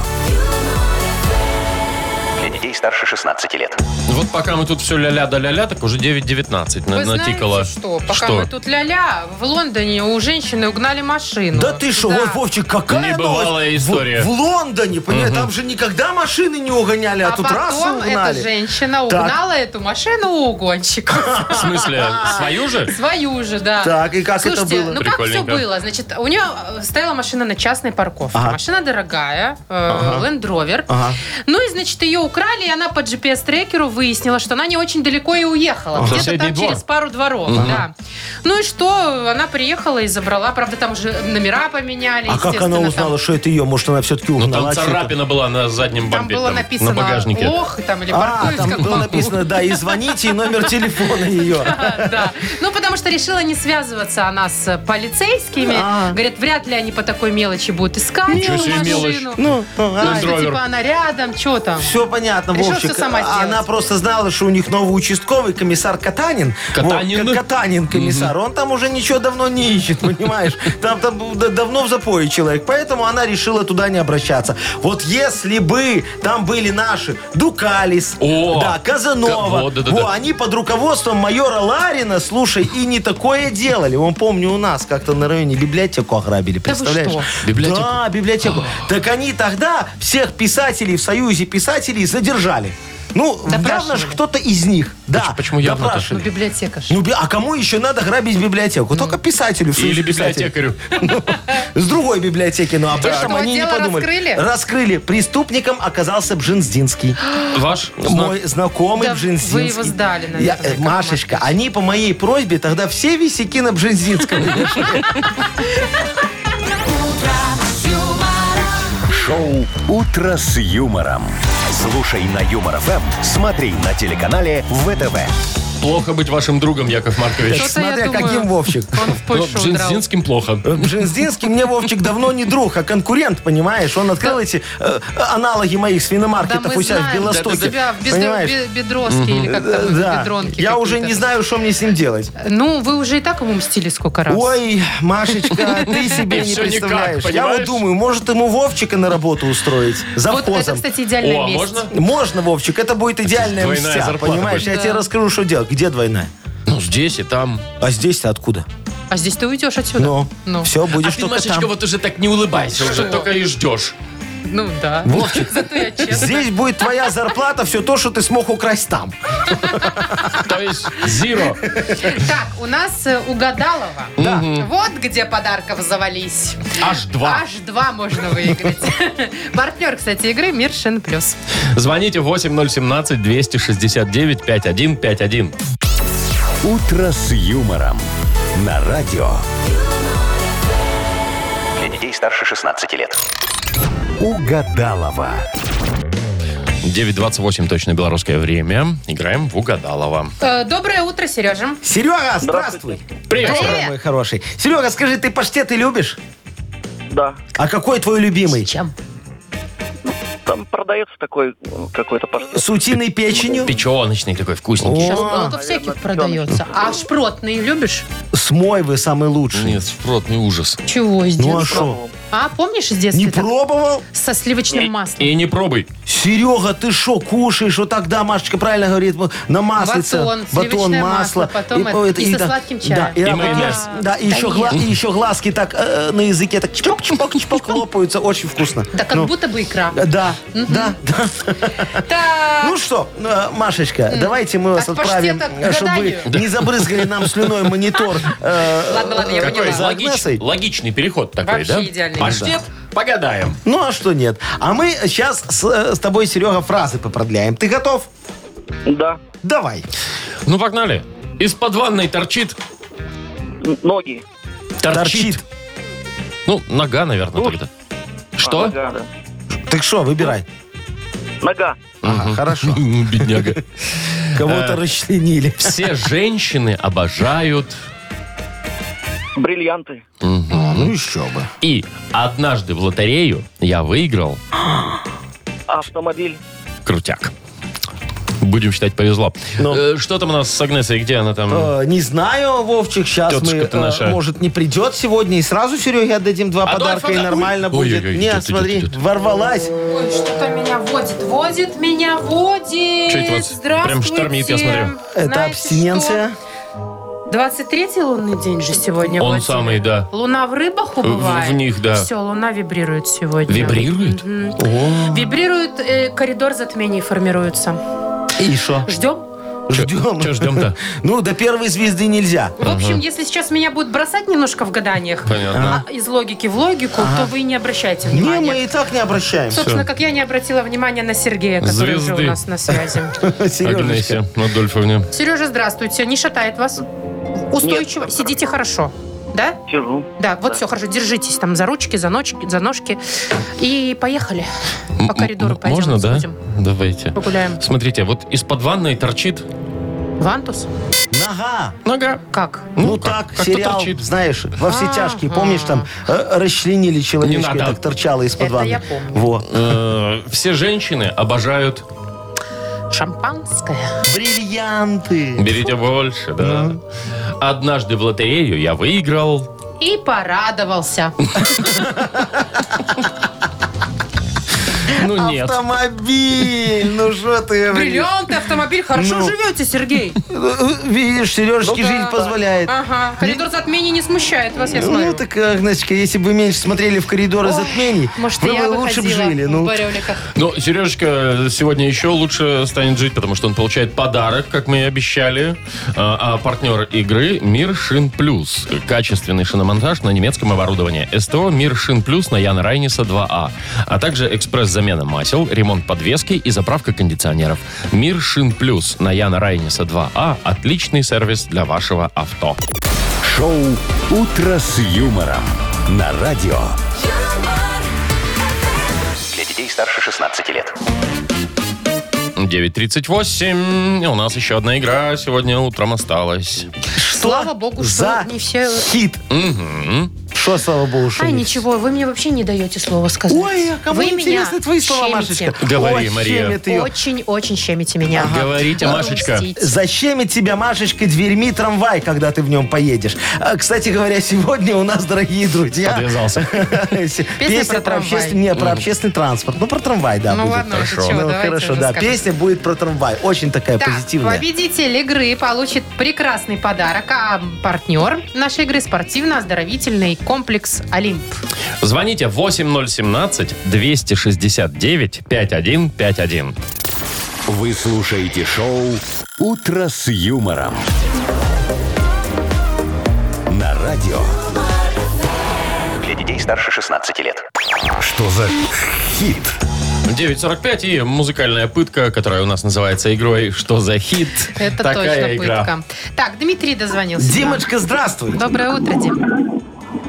[SPEAKER 6] Для детей старше 16 лет.
[SPEAKER 4] Вот пока мы тут все ля-ля да ля-ля, так уже 9.19 на-
[SPEAKER 2] Вы знаете
[SPEAKER 4] натикало.
[SPEAKER 2] что? Пока мы тут ля-ля, в Лондоне у женщины угнали
[SPEAKER 4] Ну
[SPEAKER 2] машину.
[SPEAKER 3] Да ты что,
[SPEAKER 2] Да.
[SPEAKER 3] вот, Вовчик, какая
[SPEAKER 4] Небывалая
[SPEAKER 3] новость? В-
[SPEAKER 4] история.
[SPEAKER 3] В, Лондоне, понимаешь, там же никогда машины не угоняли, а,
[SPEAKER 2] А
[SPEAKER 3] тут раз и
[SPEAKER 2] потом эта
[SPEAKER 3] угнали.
[SPEAKER 2] женщина
[SPEAKER 3] Так.
[SPEAKER 2] угнала эту машину у угонщика.
[SPEAKER 4] В смысле, свою же?
[SPEAKER 2] Свою же, да.
[SPEAKER 3] Так, и как это
[SPEAKER 2] Слушайте,
[SPEAKER 3] было?
[SPEAKER 2] ну как все
[SPEAKER 4] Прикольненько.
[SPEAKER 2] было? Значит, у нее э, стояла машина на частной парковке.
[SPEAKER 3] Ага.
[SPEAKER 2] Машина дорогая, э, Land Rover.
[SPEAKER 3] Ага.
[SPEAKER 2] Ну и, значит, ее украли, и она по GPS-трекеру выяснила, что она не очень далеко и уехала. Где-то
[SPEAKER 4] Соседний
[SPEAKER 2] там
[SPEAKER 4] двор.
[SPEAKER 2] через пару дворов, да. Ну и что? Она приехала и забрала. Правда, там уже номера поменяли,
[SPEAKER 3] А как
[SPEAKER 2] естественно,
[SPEAKER 3] она
[SPEAKER 2] там.
[SPEAKER 3] узнала, что это ее? Может, она все-таки
[SPEAKER 4] Ну,
[SPEAKER 3] угнала? А,
[SPEAKER 4] там
[SPEAKER 3] отсюда?
[SPEAKER 4] царапина была на заднем
[SPEAKER 2] Там
[SPEAKER 4] бампере,
[SPEAKER 2] было
[SPEAKER 4] там,
[SPEAKER 2] написано
[SPEAKER 4] на багажнике.
[SPEAKER 2] «Ох», там, или
[SPEAKER 3] А,
[SPEAKER 2] «Паркуюсь»,
[SPEAKER 3] там
[SPEAKER 2] как
[SPEAKER 3] было
[SPEAKER 2] могу.
[SPEAKER 3] написано, да, и звоните, и номер телефона ее.
[SPEAKER 2] Да. Ну, потому что решила не связываться она с полицейскими.
[SPEAKER 3] А.
[SPEAKER 2] Говорят, вряд ли они по такой мелочи будут искать.
[SPEAKER 4] Ничего себе мелочь.
[SPEAKER 2] машину.
[SPEAKER 3] Ну,
[SPEAKER 2] Ну,
[SPEAKER 4] Land
[SPEAKER 2] что,
[SPEAKER 4] Rover.
[SPEAKER 2] типа, она рядом, что там?
[SPEAKER 3] Все понятно,
[SPEAKER 2] Решила
[SPEAKER 3] Вовчик.
[SPEAKER 2] всё сама сделать.
[SPEAKER 3] Она просто знала, что у них новый участковый комиссар Катанин.
[SPEAKER 4] Катанин?
[SPEAKER 3] Вот, Ка- Катанин комиссар. Он там уже ничего давно не ищет, понимаешь? Там, там д- давно в запое человек. Поэтому она решила туда не обращаться. Вот если бы там были наши Дукалис,
[SPEAKER 4] О!
[SPEAKER 3] да, Казанова,
[SPEAKER 4] Ка- вот, да-да-да.
[SPEAKER 3] во, они под руководством майора Ларина, слушай, и не такое делали. Он, помню, у нас как-то на районе библиотеку ограбили,
[SPEAKER 2] Да вы
[SPEAKER 3] представляешь?
[SPEAKER 2] что?
[SPEAKER 4] Библиотеку? А.
[SPEAKER 3] Да, библиотеку. так они тогда всех писателей в Союзе писателей задержали. Ну, явно
[SPEAKER 2] Допрашивали.
[SPEAKER 3] же кто-то из них. Да,
[SPEAKER 4] почему явно-то?
[SPEAKER 2] Ну,
[SPEAKER 3] допрашивали.
[SPEAKER 2] библиотека ж.
[SPEAKER 3] Ну, би- а кому еще надо грабить библиотеку? Только писателю в Союзе
[SPEAKER 4] Ну, Или
[SPEAKER 3] писателей.
[SPEAKER 4] библиотекарю.
[SPEAKER 3] С другой библиотеки, но об
[SPEAKER 2] Да.
[SPEAKER 3] этом
[SPEAKER 2] Что,
[SPEAKER 3] они не
[SPEAKER 2] дело
[SPEAKER 3] подумали.
[SPEAKER 2] раскрыли?
[SPEAKER 3] Раскрыли. Преступником оказался Бжинздинский.
[SPEAKER 4] Ваш знак.
[SPEAKER 3] Мой знакомый
[SPEAKER 2] Да
[SPEAKER 3] Бжинзинский.
[SPEAKER 2] вы его сдали, наверное,
[SPEAKER 3] Я- э,
[SPEAKER 2] Яков
[SPEAKER 3] Машечка, они по моей просьбе тогда все висяки на Бжинзинском.
[SPEAKER 1] Шоу «Утро с юмором». Слушай на Юмор ФМ, смотри на телеканале ВТВ.
[SPEAKER 4] Плохо быть вашим другом, Яков Маркович.
[SPEAKER 2] Что-то я
[SPEAKER 3] Смотря
[SPEAKER 2] думаю,
[SPEAKER 3] каким Вовчик.
[SPEAKER 2] Он в
[SPEAKER 4] Ну,
[SPEAKER 2] Польшу удрал.
[SPEAKER 4] Бжезинским плохо.
[SPEAKER 3] Э, Бжезинский мне, Вовчик, давно не друг, а конкурент, понимаешь? Он открыл эти э, аналоги моих
[SPEAKER 2] Да
[SPEAKER 3] свиномаркетов
[SPEAKER 2] мы
[SPEAKER 3] у себя в
[SPEAKER 2] знаем.
[SPEAKER 3] Белостоке.
[SPEAKER 2] тебя в бедро-
[SPEAKER 3] понимаешь?
[SPEAKER 2] бе- бедроске или как там,
[SPEAKER 3] Э, да.
[SPEAKER 2] бедронке
[SPEAKER 3] Я уже
[SPEAKER 2] какие-то.
[SPEAKER 3] не знаю, что мне с ним делать.
[SPEAKER 2] Ну, вы уже и так ему мстили сколько раз.
[SPEAKER 3] Ой, Машечка, ты себе
[SPEAKER 4] И
[SPEAKER 3] не
[SPEAKER 4] всё никак,
[SPEAKER 3] представляешь. Я
[SPEAKER 4] понимаешь?
[SPEAKER 3] вот думаю, может ему Вовчика на работу устроить. За
[SPEAKER 2] Вот это, кстати, идеальная
[SPEAKER 4] О, а
[SPEAKER 2] месть.
[SPEAKER 4] можно?
[SPEAKER 3] Можно, Вовчик, это будет идеальная
[SPEAKER 4] Двойная
[SPEAKER 3] мстя,
[SPEAKER 4] зарплата
[SPEAKER 3] понимаешь?
[SPEAKER 4] будет.
[SPEAKER 3] Я тебе расскажу, что делать. Где двойная?
[SPEAKER 4] Ну, здесь и там.
[SPEAKER 3] А здесь-то откуда?
[SPEAKER 2] А здесь ты уйдешь отсюда.
[SPEAKER 3] Ну,
[SPEAKER 2] Ну.
[SPEAKER 3] все,
[SPEAKER 4] А
[SPEAKER 3] будешь
[SPEAKER 4] ты,
[SPEAKER 3] только там.
[SPEAKER 4] Машечка, вот уже так не улыбайся уже, только и ждешь.
[SPEAKER 2] Ну, да.
[SPEAKER 3] Вовчик.
[SPEAKER 2] Зато я честно.
[SPEAKER 3] Здесь будет твоя зарплата, все то, что ты смог украсть там.
[SPEAKER 4] То есть, зиро.
[SPEAKER 2] Так, у нас э, угадалова.
[SPEAKER 3] Да.
[SPEAKER 2] Вот где подарков завались.
[SPEAKER 4] Аж два.
[SPEAKER 2] Аж два можно выиграть. Партнер, кстати, игры Мир Шин Плюс.
[SPEAKER 4] Звоните 8017-269-5151.
[SPEAKER 1] «Утро с юмором» на радио.
[SPEAKER 6] Для детей старше 16 лет.
[SPEAKER 1] Угадалова.
[SPEAKER 4] 9.28 точно белорусское время. Играем в Угадалова.
[SPEAKER 2] Э, Доброе утро, Сережа.
[SPEAKER 3] Серега, здравствуй.
[SPEAKER 4] Привет.
[SPEAKER 2] Доброе.
[SPEAKER 3] Мой хороший. Серега, скажи, ты паштеты любишь?
[SPEAKER 8] Да,
[SPEAKER 3] А какой твой любимый?
[SPEAKER 2] Чем?
[SPEAKER 8] там продается такой э, какой-то паштет.
[SPEAKER 3] С утиной печенью?
[SPEAKER 4] Печеночный такой, вкусненький.
[SPEAKER 2] Сейчас
[SPEAKER 3] О, Ну.
[SPEAKER 2] много всяких продается. А шпротные любишь?
[SPEAKER 3] С мойвы самый лучший.
[SPEAKER 4] Нет, впрот, не ужас.
[SPEAKER 2] Чего из
[SPEAKER 3] Ну а
[SPEAKER 2] детства?
[SPEAKER 3] что?
[SPEAKER 2] А помнишь из детства?
[SPEAKER 3] Не
[SPEAKER 2] так?
[SPEAKER 3] пробовал?
[SPEAKER 2] Со сливочным маслом.
[SPEAKER 4] И не пробуй.
[SPEAKER 3] Серега, ты что, кушаешь? Вот тогда Машечка правильно говорит, вот на маслице.
[SPEAKER 2] Батон, сливочное масло, потом это-
[SPEAKER 3] о,
[SPEAKER 2] и со
[SPEAKER 3] да,
[SPEAKER 2] сладким
[SPEAKER 3] да,
[SPEAKER 2] чаем.
[SPEAKER 3] и,
[SPEAKER 4] И
[SPEAKER 3] а,
[SPEAKER 4] майонез.
[SPEAKER 3] Да, и еще,
[SPEAKER 2] Да
[SPEAKER 3] гла-
[SPEAKER 2] нет.
[SPEAKER 3] и еще глазки так э, на языке так чпок-чпок-чпок лопаются. Очень вкусно.
[SPEAKER 2] Да как
[SPEAKER 3] Ну,
[SPEAKER 2] будто бы икра.
[SPEAKER 3] э, Да, да, да.
[SPEAKER 2] Так.
[SPEAKER 3] Ну что, э, Машечка, давайте мы вас
[SPEAKER 2] От
[SPEAKER 3] отправим, э,
[SPEAKER 2] паштета к
[SPEAKER 3] чтобы
[SPEAKER 2] гаданию.
[SPEAKER 3] не забрызгали нам слюной монитор. э,
[SPEAKER 2] Ладно, ладно, я
[SPEAKER 4] Какой
[SPEAKER 2] поняла.
[SPEAKER 3] за
[SPEAKER 4] логич-
[SPEAKER 3] Агнесой?
[SPEAKER 4] логичный переход такой,
[SPEAKER 2] Вообще
[SPEAKER 4] да?
[SPEAKER 2] идеальный.
[SPEAKER 4] Паштет? Погадаем.
[SPEAKER 3] Ну а что нет? А мы сейчас с, э, с тобой, Серега, фразы попродляем. Ты готов?
[SPEAKER 8] Да,
[SPEAKER 3] Давай.
[SPEAKER 4] Ну, погнали. Из-под ванной торчит
[SPEAKER 8] н- ноги.
[SPEAKER 4] Торчит.
[SPEAKER 3] Торчит.
[SPEAKER 4] Ну, нога, наверное, тогда.
[SPEAKER 2] А,
[SPEAKER 4] Что?
[SPEAKER 8] Нога.
[SPEAKER 3] Так что, выбирай.
[SPEAKER 8] Нога.
[SPEAKER 3] Ага, хорошо.
[SPEAKER 4] Ну, Бедняга. Э,
[SPEAKER 3] Кого-то расчленили.
[SPEAKER 4] Все женщины обожают.
[SPEAKER 8] Бриллианты.
[SPEAKER 4] Мгм.
[SPEAKER 3] Ну еще бы.
[SPEAKER 4] И однажды в лотерею я выиграл
[SPEAKER 8] Автомобиль.
[SPEAKER 4] крутяк. Будем считать, повезло.
[SPEAKER 3] Ну.
[SPEAKER 4] Э, Что там у нас с Агнесой? Где она там?
[SPEAKER 3] Э, Не знаю, Вовчик, сейчас мы,
[SPEAKER 4] Тетушка-то наша.
[SPEAKER 3] э, может, не придет сегодня, и сразу Сереге отдадим два
[SPEAKER 4] Адольф,
[SPEAKER 3] подарка, и
[SPEAKER 4] Адольф.
[SPEAKER 3] нормально
[SPEAKER 4] Ой,
[SPEAKER 3] будет.
[SPEAKER 4] ой, ой,
[SPEAKER 3] Нет,
[SPEAKER 4] идет,
[SPEAKER 3] смотри,
[SPEAKER 4] идет, идет.
[SPEAKER 3] ворвалась.
[SPEAKER 2] Ой, что-то меня водит, водит, меня водит.
[SPEAKER 4] Чё это вас прям штормит, я смотрю.
[SPEAKER 3] Это
[SPEAKER 2] Знаете
[SPEAKER 3] абстиненция.
[SPEAKER 2] что? 23-й лунный день же сегодня.
[SPEAKER 4] Он
[SPEAKER 2] Владимир.
[SPEAKER 4] самый, да.
[SPEAKER 2] Луна в рыбах убывает.
[SPEAKER 4] В- в них, да.
[SPEAKER 2] Все, луна вибрирует сегодня.
[SPEAKER 4] Вибрирует?
[SPEAKER 2] Мгм. Вибрирует, э, коридор затмений формируется.
[SPEAKER 3] И что?
[SPEAKER 2] Ждем.
[SPEAKER 3] Ждем.
[SPEAKER 4] чё ждем-то?
[SPEAKER 3] Ну, до первой звезды нельзя.
[SPEAKER 2] В общем, если сейчас меня будут бросать немножко в гаданиях,
[SPEAKER 4] Понятно.
[SPEAKER 2] а, из логики в логику, то вы и не обращайте
[SPEAKER 3] Не,
[SPEAKER 2] внимания.
[SPEAKER 3] мы и так не обращаемся.
[SPEAKER 2] Собственно, как я не обратила внимания на Сергея, который уже
[SPEAKER 4] Звезды.
[SPEAKER 2] у нас на связи.
[SPEAKER 3] Сережечка.
[SPEAKER 4] Агнесия Адольфовна.
[SPEAKER 2] Сережа, здравствуйте. Не шатает вас? Устойчиво?
[SPEAKER 8] Нет.
[SPEAKER 2] Сидите хорошо. Да?
[SPEAKER 8] Сижу.
[SPEAKER 2] Да, вот все хорошо. Держитесь там за ручки, за, ночки, за ножки. И поехали. По коридору пойдем.
[SPEAKER 4] Можно, да?
[SPEAKER 2] сходим,
[SPEAKER 4] Давайте.
[SPEAKER 2] Погуляем.
[SPEAKER 4] Смотрите, вот из-под ванной торчит
[SPEAKER 2] Вантус?
[SPEAKER 3] Нога.
[SPEAKER 4] нога.
[SPEAKER 2] Как?
[SPEAKER 3] Ну,
[SPEAKER 4] Ну, как-
[SPEAKER 3] так,
[SPEAKER 4] как-то
[SPEAKER 3] сериал,
[SPEAKER 4] торчит.
[SPEAKER 3] знаешь, во все
[SPEAKER 2] А,
[SPEAKER 3] тяжкие,
[SPEAKER 2] а.
[SPEAKER 3] помнишь, там э, расчленили человечка,
[SPEAKER 4] Не надо.
[SPEAKER 3] так торчало из-под
[SPEAKER 2] Это
[SPEAKER 3] ванны.
[SPEAKER 2] я помню.
[SPEAKER 3] Во.
[SPEAKER 4] Э, Все женщины обожают.
[SPEAKER 2] Шампанское.
[SPEAKER 3] Бриллианты.
[SPEAKER 4] Берите больше, да. Однажды в лотерею я выиграл.
[SPEAKER 2] И порадовался. А
[SPEAKER 4] Ну нет.
[SPEAKER 3] Автомобиль. Ну, что ты, блин.
[SPEAKER 2] Бриллианты, автомобиль. Хорошо
[SPEAKER 3] Ну.
[SPEAKER 2] живете, Сергей.
[SPEAKER 3] Э, Видишь,
[SPEAKER 2] Ну
[SPEAKER 3] Сережке жизнь позволяет.
[SPEAKER 2] Ага. Коридор затмений не смущает вас, А, я
[SPEAKER 3] Ну,
[SPEAKER 2] смотрю.
[SPEAKER 3] так, Агнесочка, если бы меньше смотрели в коридоры затмений,
[SPEAKER 2] Может,
[SPEAKER 3] вы
[SPEAKER 2] я
[SPEAKER 3] бы лучше бы
[SPEAKER 2] выходила
[SPEAKER 3] жили.
[SPEAKER 2] в
[SPEAKER 3] Ну,
[SPEAKER 2] барёликах.
[SPEAKER 4] Но Сережечка сегодня еще лучше станет жить, потому что он получает подарок, как мы и обещали. А а партнер игры «Мир Шин Плюс». Качественный шиномонтаж на немецком оборудовании. СТО «Мир Шин Плюс» на Яна Райниса 2А. А также экспресс-замена масел, ремонт подвески и заправка кондиционеров. «Мир Шин Плюс» на Яна Райниса 2А. Отличный сервис для вашего авто.
[SPEAKER 1] Шоу «Утро с юмором» на радио.
[SPEAKER 6] Для детей старше 16 лет.
[SPEAKER 4] 9.38. И У нас еще одна игра сегодня утром осталась.
[SPEAKER 2] Слава богу,
[SPEAKER 3] за
[SPEAKER 2] что не все...
[SPEAKER 3] хит.
[SPEAKER 4] Мгм.
[SPEAKER 3] Что, слава богу, что
[SPEAKER 2] Ай,
[SPEAKER 3] не
[SPEAKER 2] ничего, вы мне вообще не даете слова сказать.
[SPEAKER 3] Ой, а кому
[SPEAKER 2] вы
[SPEAKER 3] интересны
[SPEAKER 2] меня
[SPEAKER 3] твои слова,
[SPEAKER 2] щемите.
[SPEAKER 3] Машечка?
[SPEAKER 4] Говори,
[SPEAKER 3] Ой,
[SPEAKER 4] Мария.
[SPEAKER 3] щемит её.
[SPEAKER 2] Очень-очень щемите меня.
[SPEAKER 4] Говорите, Машечка.
[SPEAKER 2] Грустите.
[SPEAKER 3] Защемит тебя, Машечка, дверьми трамвай, когда ты в нем поедешь. А, Кстати говоря, сегодня у нас, дорогие друзья...
[SPEAKER 4] Подвязался.
[SPEAKER 3] Песня
[SPEAKER 2] про
[SPEAKER 3] про
[SPEAKER 2] трамвай.
[SPEAKER 3] общественный... Не, про общественный транспорт. Ну, про трамвай, да,
[SPEAKER 2] Ну
[SPEAKER 3] будет.
[SPEAKER 2] ладно, уже
[SPEAKER 4] хорошо.
[SPEAKER 2] чего,
[SPEAKER 3] Ну,
[SPEAKER 2] давайте
[SPEAKER 3] хорошо,
[SPEAKER 2] уже
[SPEAKER 3] да.
[SPEAKER 2] скажем.
[SPEAKER 3] Песня будет про трамвай. Очень такая
[SPEAKER 2] Так,
[SPEAKER 3] позитивная.
[SPEAKER 2] победитель игры получит прекрасный подарок, а партнер нашей игры спортивно-оздоровительный комплекс «Олимп».
[SPEAKER 4] Звоните 8017-269-5151.
[SPEAKER 1] Вы слушаете шоу «Утро с юмором» на радио.
[SPEAKER 6] Для детей старше 16 лет.
[SPEAKER 1] Что за хит?
[SPEAKER 4] 9.45 и музыкальная пытка, которая у нас называется игрой «Что за хит?»
[SPEAKER 2] Это
[SPEAKER 4] Такая
[SPEAKER 2] точно
[SPEAKER 4] игра.
[SPEAKER 2] пытка. Так, Дмитрий дозвонился.
[SPEAKER 3] Димочка, здравствуй.
[SPEAKER 2] Доброе утро, Дим.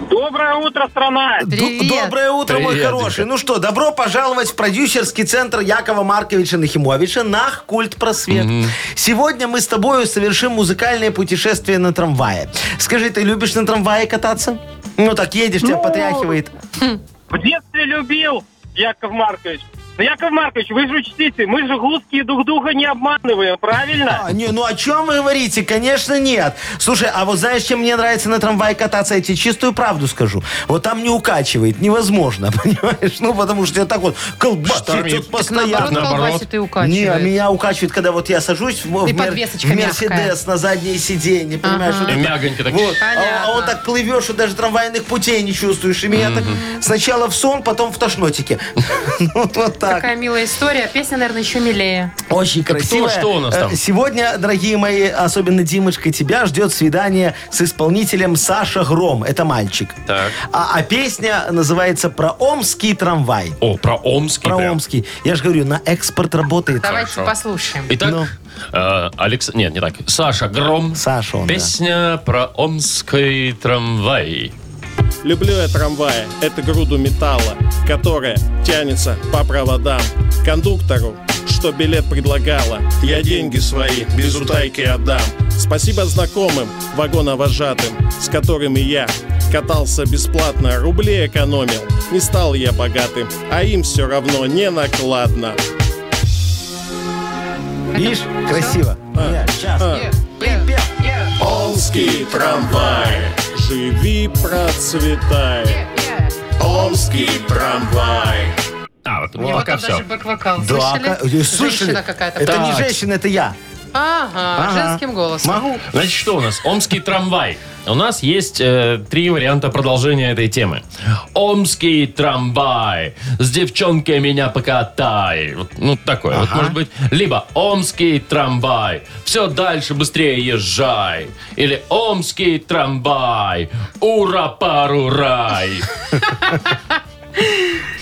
[SPEAKER 8] Доброе утро, страна.
[SPEAKER 3] Д-
[SPEAKER 2] Привет.
[SPEAKER 3] Доброе утро, мой
[SPEAKER 4] Привет,
[SPEAKER 3] хороший.
[SPEAKER 4] Димка.
[SPEAKER 3] Ну что, добро пожаловать в продюсерский центр Якова Марковича Нахимовича на культ просвет. Сегодня мы с тобою совершим музыкальное путешествие на трамвае. Скажи, ты любишь на трамвае кататься? Ну так едешь, тебя
[SPEAKER 8] Ну,
[SPEAKER 3] потряхивает.
[SPEAKER 8] В детстве любил Яков Маркович. Но, Яков Маркович, вы же учтите, мы же гудские дух духа не обманываем, правильно?
[SPEAKER 3] А, не, ну о чем вы говорите? Конечно, нет. Слушай, а вот знаешь, чем мне нравится на трамвае кататься? Я тебе чистую правду скажу. Вот там не укачивает, невозможно, понимаешь? Ну, потому что я так вот колбасится
[SPEAKER 4] Штормит.
[SPEAKER 2] Наоборот,
[SPEAKER 3] постоянно.
[SPEAKER 4] Наоборот.
[SPEAKER 2] колбасит и
[SPEAKER 3] Не, а
[SPEAKER 2] укачивает.
[SPEAKER 3] меня укачивает, когда вот я сажусь в, в
[SPEAKER 2] И
[SPEAKER 3] мер-
[SPEAKER 2] подвесочка
[SPEAKER 3] в
[SPEAKER 2] мягкая.
[SPEAKER 3] Мерседес на заднее сиденье, понимаешь?
[SPEAKER 4] И мягонько так.
[SPEAKER 3] Вот. А,
[SPEAKER 2] Понятно.
[SPEAKER 3] а вот так плывешь, и даже трамвайных путей не чувствуешь. И меня так сначала в сон, потом в тошнотике. Ну, Вот, вот
[SPEAKER 2] такая милая история. Песня, наверное, еще милее.
[SPEAKER 3] Очень красиво.
[SPEAKER 4] что у нас там?
[SPEAKER 3] Сегодня, дорогие мои, особенно Димочка, тебя ждет свидание с исполнителем Саша Гром. Это мальчик.
[SPEAKER 4] Так.
[SPEAKER 3] А, а песня называется «Про омский трамвай».
[SPEAKER 4] О, про Омский
[SPEAKER 3] Про
[SPEAKER 4] прям.
[SPEAKER 3] омский. Я же говорю, на экспорт работает.
[SPEAKER 2] Давайте
[SPEAKER 4] Хорошо.
[SPEAKER 2] послушаем.
[SPEAKER 4] Итак,
[SPEAKER 3] Ну.
[SPEAKER 4] э, Алекс... Нет, не так. Саша Гром.
[SPEAKER 3] Саша он, да.
[SPEAKER 4] Песня про омский трамвай.
[SPEAKER 9] Люблю я трамваи, это груду металла, которая тянется по проводам. Кондуктору, что билет предлагала, я деньги свои без утайки отдам. Спасибо знакомым, вагоновожатым, с которыми я катался бесплатно, рублей экономил. Не стал я богатым, а им все равно не накладно.
[SPEAKER 3] Видишь, красиво. Нет, сейчас. Припев.
[SPEAKER 9] Омский трамвай, живи, процветай.
[SPEAKER 4] Ну,
[SPEAKER 9] Омский трамвай.
[SPEAKER 4] А, вот,
[SPEAKER 2] Мне вот
[SPEAKER 4] пока
[SPEAKER 2] там
[SPEAKER 4] все.
[SPEAKER 2] даже бэк-вокал.
[SPEAKER 3] Да,
[SPEAKER 2] Слышали?
[SPEAKER 3] ка- э, слышали?
[SPEAKER 2] Женщина какая-то.
[SPEAKER 3] Это не
[SPEAKER 4] Так.
[SPEAKER 3] женщина, это я.
[SPEAKER 2] Ага,
[SPEAKER 3] Ага.
[SPEAKER 2] женским голосом.
[SPEAKER 3] Могу.
[SPEAKER 4] Значит, что у нас? Омский трамвай. У нас есть э, три варианта продолжения этой темы. Омский трамвай. С девчонкой меня покатай. Вот, ну, такое. Вот, может быть, либо Омский трамвай. Все дальше быстрее езжай. Или Омский трамвай. Ура, пару рай.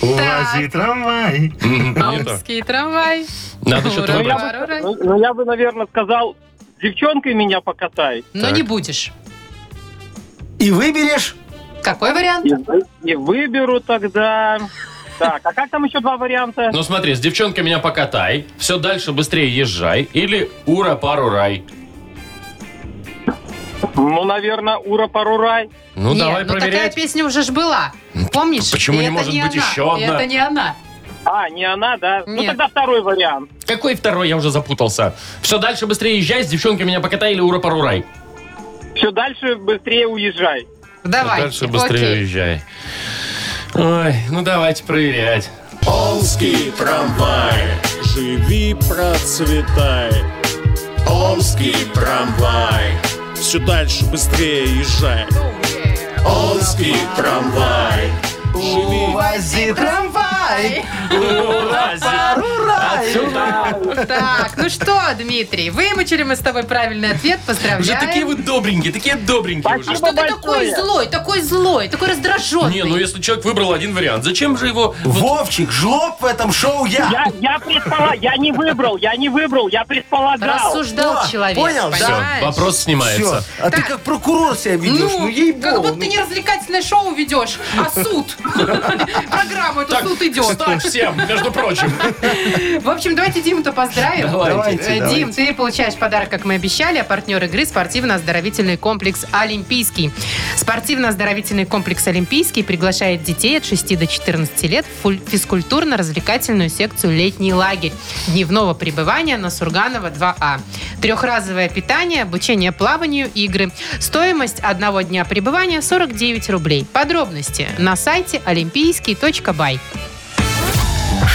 [SPEAKER 2] Уази
[SPEAKER 3] трамвай.
[SPEAKER 4] Не то.
[SPEAKER 2] Омский трамвай.
[SPEAKER 4] Надо что-то
[SPEAKER 2] Ура,
[SPEAKER 4] выбрать.
[SPEAKER 2] ура, ура.
[SPEAKER 8] Ну, ну, я бы, наверное, сказал, девчонкой меня покатай.
[SPEAKER 2] Но не будешь.
[SPEAKER 3] И выберешь?
[SPEAKER 2] Какой вариант?
[SPEAKER 8] И, вы- и выберу тогда... Так, а как там еще два варианта?
[SPEAKER 4] Ну смотри, с девчонкой меня покатай, все дальше быстрее езжай, или ура, пару рай.
[SPEAKER 8] Ну, наверное, Ура Парурай.
[SPEAKER 4] Ну
[SPEAKER 2] Нет,
[SPEAKER 4] давай
[SPEAKER 2] ну такая
[SPEAKER 4] проверять. Ну,
[SPEAKER 2] песня уже ж была. Помнишь?
[SPEAKER 4] почему
[SPEAKER 2] И
[SPEAKER 4] не
[SPEAKER 2] это
[SPEAKER 4] может быть
[SPEAKER 2] она,
[SPEAKER 4] еще
[SPEAKER 2] и
[SPEAKER 4] одна?
[SPEAKER 2] Это не она.
[SPEAKER 8] А, не она, да? Ну,
[SPEAKER 2] Нет.
[SPEAKER 8] тогда второй вариант.
[SPEAKER 4] Какой второй? Я уже запутался. Все дальше быстрее езжай, с девчонкой меня покатай, или ура, пару рай.
[SPEAKER 8] Все дальше быстрее уезжай.
[SPEAKER 2] Давай.
[SPEAKER 4] Дальше быстрее
[SPEAKER 2] Окей.
[SPEAKER 4] езжай. Ой, ну давайте проверять.
[SPEAKER 9] Омский трамвай, живи, процветай. Омский трамвай, все дальше быстрее езжай. Омский трамвай, живи.
[SPEAKER 3] Уази трамвай.
[SPEAKER 4] Ну, Отсюда.
[SPEAKER 2] Так, ну что, Дмитрий, вымучили мы с тобой правильный ответ, поздравляем.
[SPEAKER 4] Уже такие вы добренькие, такие добренькие уже.
[SPEAKER 2] А что ты такой
[SPEAKER 8] большое.
[SPEAKER 2] злой, такой злой, такой раздраженный?
[SPEAKER 4] Не, ну если человек выбрал один вариант, зачем же его...
[SPEAKER 3] Вовчик, жлоб в этом шоу я.
[SPEAKER 8] Я, я приспала, я не выбрал, я не выбрал, я предполагал.
[SPEAKER 2] Рассуждал
[SPEAKER 3] О,
[SPEAKER 2] человек,
[SPEAKER 3] понял, да.
[SPEAKER 4] Все,
[SPEAKER 2] понимаешь?
[SPEAKER 4] вопрос
[SPEAKER 3] Все.
[SPEAKER 4] снимается.
[SPEAKER 3] А ты как прокурор себя ведешь. Ну,
[SPEAKER 2] как
[SPEAKER 3] ей-богу.
[SPEAKER 2] будто ты не развлекательное шоу ведешь, а суд. Программу
[SPEAKER 3] Ну,
[SPEAKER 2] эту суд идет.
[SPEAKER 4] Встать всем, между прочим.
[SPEAKER 2] В общем, давайте Диму-то поздравим.
[SPEAKER 3] Давайте,
[SPEAKER 2] Э,
[SPEAKER 3] давайте.
[SPEAKER 2] Дим, ты получаешь подарок, как мы обещали, а партнер игры спортивно-оздоровительный комплекс «Олимпийский». Спортивно-оздоровительный комплекс «Олимпийский» приглашает детей от 6 до 14 лет в фуль- физкультурно-развлекательную секцию «Летний лагерь» дневного пребывания на Сурганова 2А. Трехразовое питание, обучение плаванию, игры. Стоимость одного дня пребывания 49 рублей. Подробности на сайте олимпийский.бай.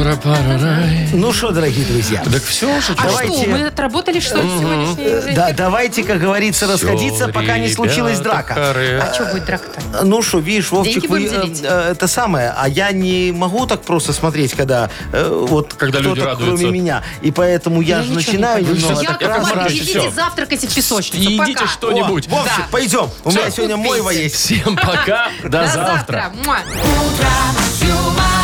[SPEAKER 4] Ура, пару рай.
[SPEAKER 3] Ну что, дорогие друзья.
[SPEAKER 4] Так все уже.
[SPEAKER 2] А
[SPEAKER 3] Давайте.
[SPEAKER 2] что, мы отработали, что ли, сегодняшний эфир?
[SPEAKER 3] э, Да, давайте, как говорится, расходиться, пока не случилась драка.
[SPEAKER 2] А что будет драк-то?
[SPEAKER 3] Ну что, видишь, Вовчик,
[SPEAKER 2] Деньги
[SPEAKER 3] вы,
[SPEAKER 2] будем
[SPEAKER 3] э,
[SPEAKER 2] делить?
[SPEAKER 3] э, это самое, а я не могу так просто смотреть, когда э, вот
[SPEAKER 4] Когда
[SPEAKER 3] кто-то
[SPEAKER 4] люди радуются.
[SPEAKER 3] кроме меня, и поэтому я,
[SPEAKER 2] Я
[SPEAKER 3] же
[SPEAKER 2] Ну, ничего не
[SPEAKER 3] начинаю
[SPEAKER 2] понимаю.
[SPEAKER 3] немного
[SPEAKER 4] Всё,
[SPEAKER 3] так
[SPEAKER 4] Яков
[SPEAKER 3] раз-
[SPEAKER 4] Маркович,
[SPEAKER 3] раз-
[SPEAKER 2] Маркович,
[SPEAKER 4] раз-
[SPEAKER 2] идите
[SPEAKER 4] всё.
[SPEAKER 2] завтракайте в песочницу.
[SPEAKER 4] И идите
[SPEAKER 2] Пока.
[SPEAKER 4] что- кто-нибудь.
[SPEAKER 3] О, Вовчик,
[SPEAKER 2] Да.
[SPEAKER 3] пойдем, у меня сегодня
[SPEAKER 2] Закупитесь.
[SPEAKER 3] мойва есть.
[SPEAKER 4] Всем пока, до завтра.
[SPEAKER 2] Муа.
[SPEAKER 10] Утро с юмором.